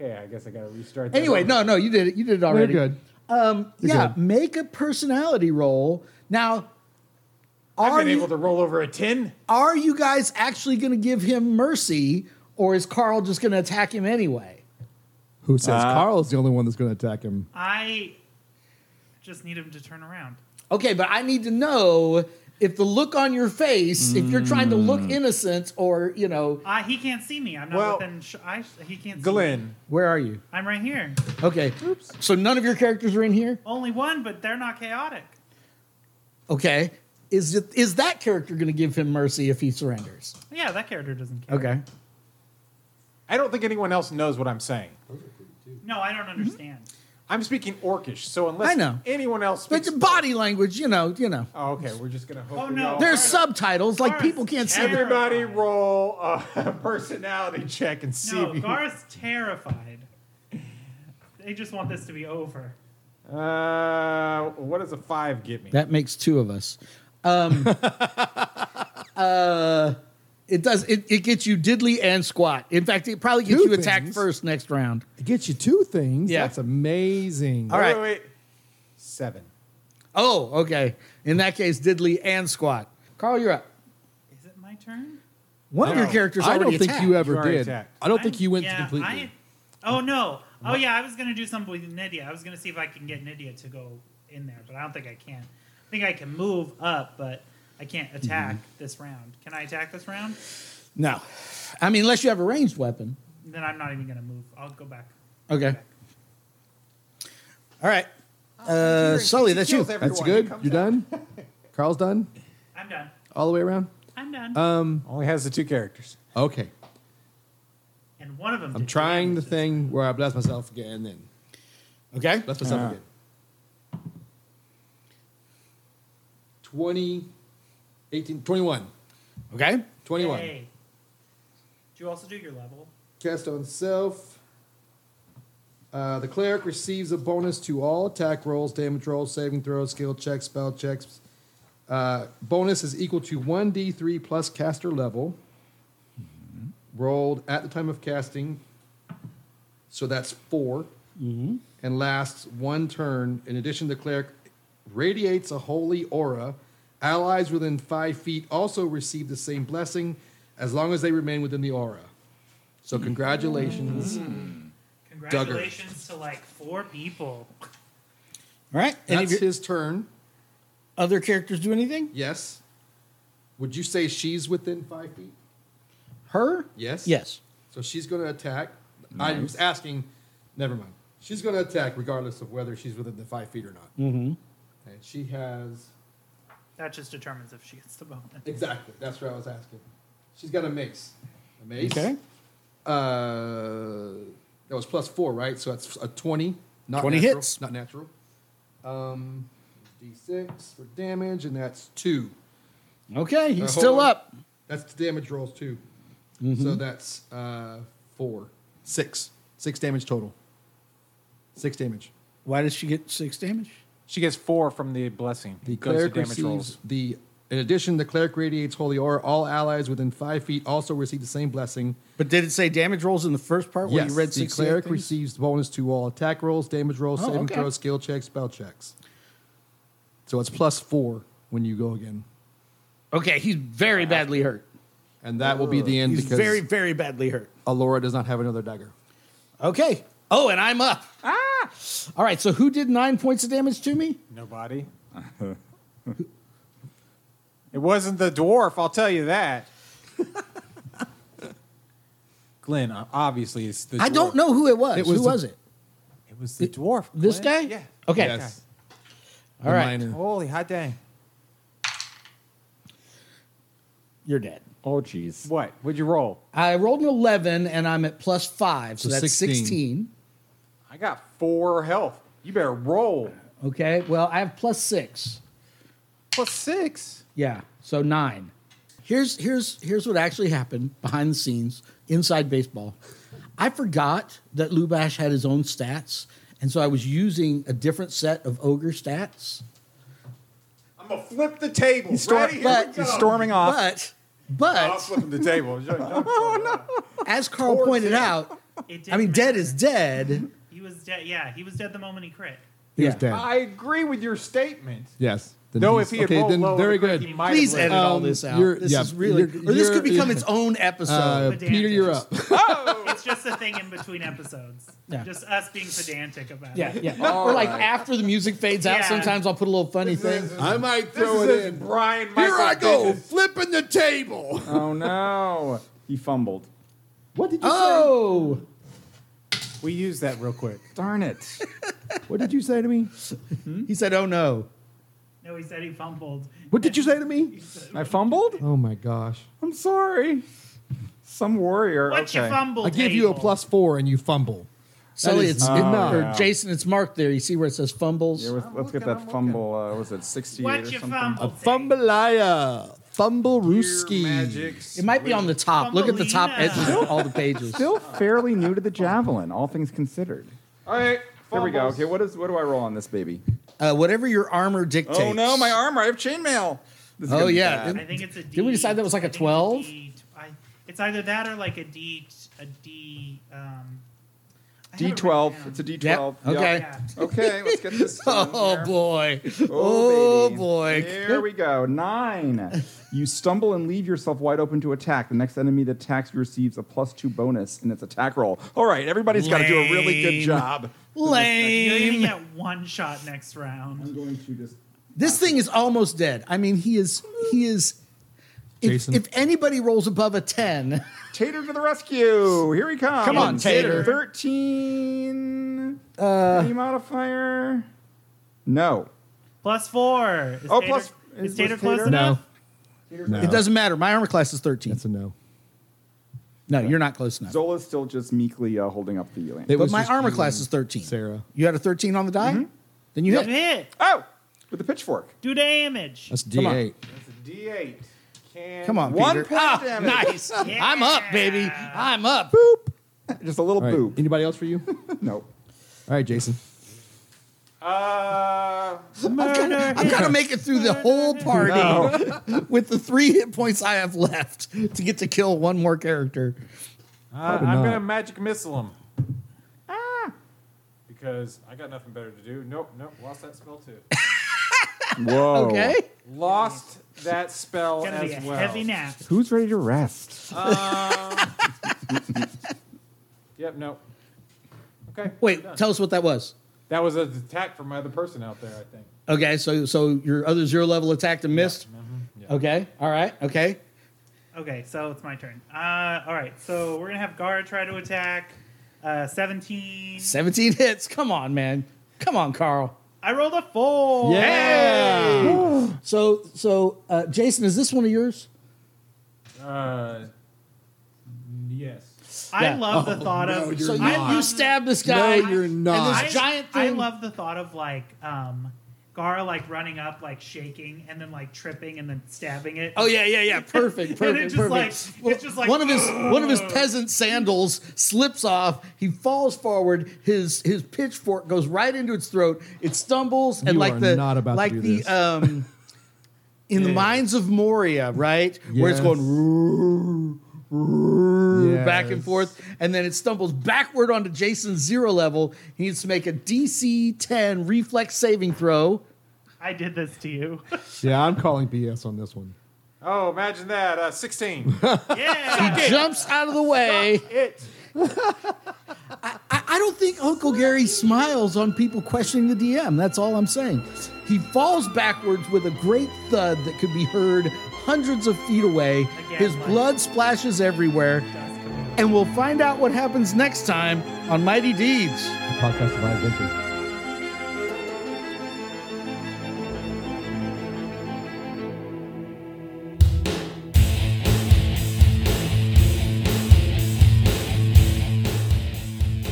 Okay, I guess I got to restart. that
Anyway,
over.
no, no, you did it. You did it
Very
already.
good.
yeah,
good.
make a personality roll now.
I've
Are
been
you,
able to roll over a ten.
are you guys actually going to give him mercy, or is Carl just going to attack him anyway?
Who says Carl's the only one that's going to attack him?
I just need him to turn around.
Okay, but I need to know if the look on your face, if you're trying to look innocent or, you know,
Uh, he can't see me. I'm not
Well,
within. Sh- I, he can't. see me.
Glenn,
where are you?
I'm right here.
Okay. So none of your characters are in here?
Only one, but they're not chaotic.
Okay. Is it is that character going to give him mercy if he surrenders?
Yeah, that character doesn't care.
Okay.
I don't think anyone else knows what I'm saying.
No, I
Mm-hmm.
don't understand.
I'm speaking orcish, so unless
I know.
anyone else
But
speaks
the body language, you know, you know.
Oh, okay, we're just gonna hope.
Oh,
we
no.
all-
There's
Alright.
subtitles like
Alright.
people can't see
Every-
the
Everybody roll a personality check and see
No,
if you.
Gar's terrified. They just want this to be over.
uh, what does a five get me?
That makes two of us. Um, uh, it does. It, it gets you diddly and squat. In fact, it probably gets
Two
you attacked
things.
first next round.
It gets you two things.
Yeah.
That's amazing.
All
wait,
right.
wait, wait. Seven.
Oh, okay. In that case, diddly and squat. Carl, you're up.
Is it my turn?
One of your characters
I
already
don't think you
attacked.
ever
You are
did.
attacked.
I don't think
I'm-
you went
yeah,
completely.
I, oh no. Oh yeah, I was gonna do something with Nydia. I was gonna see if I can get Nydia to go in there, but I don't think I can. I think I can move up, but I can't
Mm-hmm.
attack this round. Can I attack this round?
No. I mean, unless you have a ranged weapon.
Then I'm not even going to move. I'll go back.
Okay. All right. Uh, Sully, that's you.
That's good. You're done. Carl's done
I'm done.
all the way around.
I'm done.
Um,
Only has the two characters.
Okay,
and one of them.
I'm trying the thing where I blast myself again. And then
Okay.
blast myself again. Twenty, eighteen, twenty-one,
Okay.
twenty-one.
Hey. Do you also do your level?
Cast on self. Uh, the cleric receives a bonus to all attack rolls, damage rolls, saving throws, skill checks, spell checks. Uh, bonus is equal to 1d3 plus caster level, rolled at the time of casting. So that's 4 And lasts one turn. In addition, the cleric radiates a holy aura. Allies within five feet also receive the same blessing as long as they remain within the aura. So congratulations.
Congratulations to like four people.
All right. Any of
That's
your
his turn.
other characters do anything?
Yes. Would you say she's within five feet?
Her?
Yes.
Yes.
So she's going to attack. I was asking. Never mind. She's going to attack regardless of whether she's within the five feet or not. Mm-hmm. And she has
That just determines if she gets the bonus.
exactly. That's what I was asking. She's got a mace. A mace.
Okay.
Uh, that was plus four, right? So that's a twenty. Not
20
natural,
hits.
Not natural. Um, D6 for damage, and that's two.
Okay. He's
Uh, hold
still
on.
up. Mm-hmm.
That's the damage rolls too. So that's uh, four, six, six damage total. Six damage.
Why does she get six damage?
She gets four from the blessing.
The
Goes to
cleric
damage
receives
rolls.
the. In addition, the cleric radiates holy aura. All allies within five feet also receive the same blessing.
But did it say damage rolls in the first part where you read
the
six?
cleric receives bonus to all attack rolls, damage rolls,
Oh,
saving
okay.
throws, skill checks, spell checks. So it's plus four when you go again,
Okay. He's very badly hurt.
and that will be the end
He's
because
very, very badly hurt.
Alora does not have another dagger.
Okay. Oh, and I'm up. Ah. All right. So who did nine points of damage to me?
Nobody. it wasn't the dwarf, I'll tell you that. Glenn, uh, obviously, it's the
I don't know who it was.
It was
who
the-
was it?
It was the dwarf.
This guy?
Glenn. Yeah.
Okay.
Yes.
All
The
right. Oh,
minor.
Holy hot dang.
You're dead.
Oh, jeez.
What? What'd you roll?
I rolled an 11 and I'm at plus five. So,
So
that's 16.
16.
I got four health. You better roll.
Okay. Well, I have plus six.
Plus six.
Yeah. So nine. Here's here's here's what actually happened behind the scenes inside baseball. I forgot that Lubash had his own stats, and so I was using a different set of ogre stats.
I'm gonna flip the table. Ready? Here we
but-
go.
he's
storming
Uh,
off.
But
I'm
but
flipping the table.
as Carl pointed out,
It didn't
I mean, dead
matter.
is dead.
He was dead. Yeah, he was dead the moment he crit.
He was
Yeah.
dead.
I agree with your statement.
Yes. Then
Though
he's-
if he had rolled low,
very
on the
good.
crit, he might
Please
have
edit
lived.
all
Um,
this out.
you're-
This
yeah,
is really,
you're-
or this could
you're-
become its own episode.
Uh,
Pedantic.
Peter, you're up.
It's just a thing in between episodes.
Yeah.
Just us being pedantic about
yeah,
it.
yeah. or like after the music fades out,
Yeah.
sometimes I'll put a little funny thing.
I might
This
throw
is
it in.
Brian.
Here
Michael
I go,
Bendis.
flipping the table.
Oh, no. he fumbled.
What did you
Oh,
We use that real quick.
Darn it.
say? What did you say to me?
he said, "Oh no."
No, he said he fumbled.
What did you say to me?
I fumbled?
Oh my gosh.
I'm sorry. Some warrior.
What
okay.
you fumbled?
I give you a
table?
plus four and you fumble.
Sully,
is
it's
Oh,
it- or
yeah.
Jason, it's marked there. You see where it says fumbles?
Yeah, let's, let's get
looking, I'm
that
looking.
fumble. Uh, was it 68
What
or
you
something?
fumbled?
Fumbleia. Fumble
it might be on the top. Look at the top edge
Fumbleina.
of all the pages.
Still fairly new to the javelin, all things considered.
All right.
There we go.
fumbles.
Okay, what is what do I roll on this baby?
Uh, whatever your armor dictates.
Oh, armor! I have chainmail. This is
Oh,
gonna be
yeah.
bad.
I think it's a D.
Didn't we decide that was like a
I think it's
12?
D, I- It's either that or like a D. A D. Um, I I have it written
D12.
down.
It's a D12.
Yep. Okay.
Yeah.
Okay, let's get this. done
Oh
here.
boy.
Oh,
Oh,
baby.
boy.
Here we go. Nine. You stumble and leave yourself wide open to attack. The next enemy that attacks you receives a plus two bonus in its attack roll. All right, everybody's got to do a really good job.
You're
Lame.
gonna get one shot next round.
going to just.
This thing is almost dead. I mean, he is he is if,
Jason.
if anybody rolls above a 10,
Tater to the rescue! Here he comes.
Come on, Tater.
Thirteen. Uh, Any modifier? No.
Plus four. Is
Oh,
Tater,
plus-
is
was
Tater
Tater-
close
No.
enough?
No. No.
it doesn't matter. My armor class is 13.
That's a no.
No, you're not close enough.
Zola's still just meekly uh, holding up the land.
It
But
was
my
just
armor
you,
class is 13.
Sarah.
You had a 13 on the die?
Mm-hmm.
Then you
You
hit.
hit.
oh, with the pitchfork.
Do damage.
That's D8.
That's a D8. Can
Come on,
One
Peter.
point damage.
Nice. I'm up, baby. I'm up.
Just a little
All right.
boop.
Anybody else for you? All
Nope.
right, Jason.
Uh,
I've got to make it through the whole party with the three hit points I have left to get to kill one more character.
I, I'm
not.
gonna magic missile him. Ah! Because I got nothing better to do. Nope, nope. Lost that spell too.
Oh,
Whoa.
Okay?
Lost that spell
Gonna
as
be a
well.
heavy nap.
Who's ready to rest?
Yep. Nope. Okay.
Wait, tell us what that was.
That was an attack from another person out there. I think.
Okay, so so your other zero level attacked and missed. Okay, all right, okay.
Okay, so it's my turn. Uh, all right, so we're gonna have Gara try to attack. Uh, Seventeen.
17 hits. Come on, man. Come on, Carl.
I rolled a four.
So so uh, Jason, is this one of yours?
Uh, yes.
I
Yeah. Oh,
love the thought of.
So
I
you,
love
you
the-
stab this guy.
No, you're
And
not.
this giant
I
thing.
love the thought of like um, Gara like running up, like shaking, and then like tripping, and then stabbing it.
Oh yeah, yeah, yeah. Perfect, perfect,
And it just,
perfect.
like- it's just like,
one of his one of his peasant sandals slips off. He falls forward. His his pitchfork goes right into its throat. It stumbles and
You
like
are
the
not about to
like
do
the
this.
um in the mines of Moria, right? Where it's
Yes.
going "Roo, roo," back and
Yes.
forth, and then it stumbles backward onto Jason's zero level. He needs to make a DC ten reflex saving throw.
I did this to you.
Yeah, I'm calling BS on this one.
Oh, imagine that. Uh, Sixteen.
yeah.
Jumps out of the way.
it.
I, I don't think Uncle Gary smiles on people questioning the DM. That's all I'm saying. He falls backwards with a great thud that could be heard hundreds of feet away.
Again,
His
like-
blood splashes everywhere. And we'll find out what happens next time on Mighty Deeds.
The podcast of my adventure.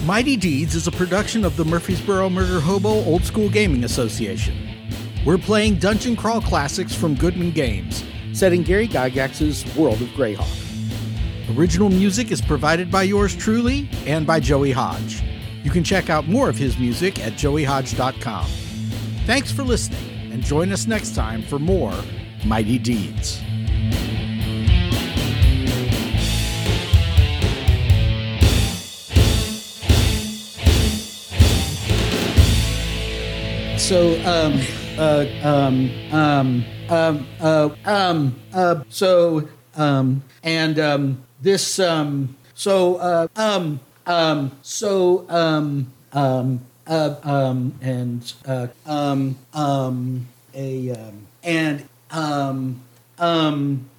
Mighty Deeds is a production of the Murfreesboro Murder Hobo Old School Gaming Association. We're playing dungeon crawl classics from Goodman Games, set in Gary Gygax's World of Greyhawk. Original music is provided by yours truly and by Joey Hodge. You can check out more of his music at joeyhodge.com. Thanks for listening, and join us next time for more Mighty Deeds.
So, um, uh, um, um, um, uh, um, uh, so, um, and, um, this, um, so, uh, um, um, so, um, um, uh, um, and, uh, um, um, a, um, and, um, um,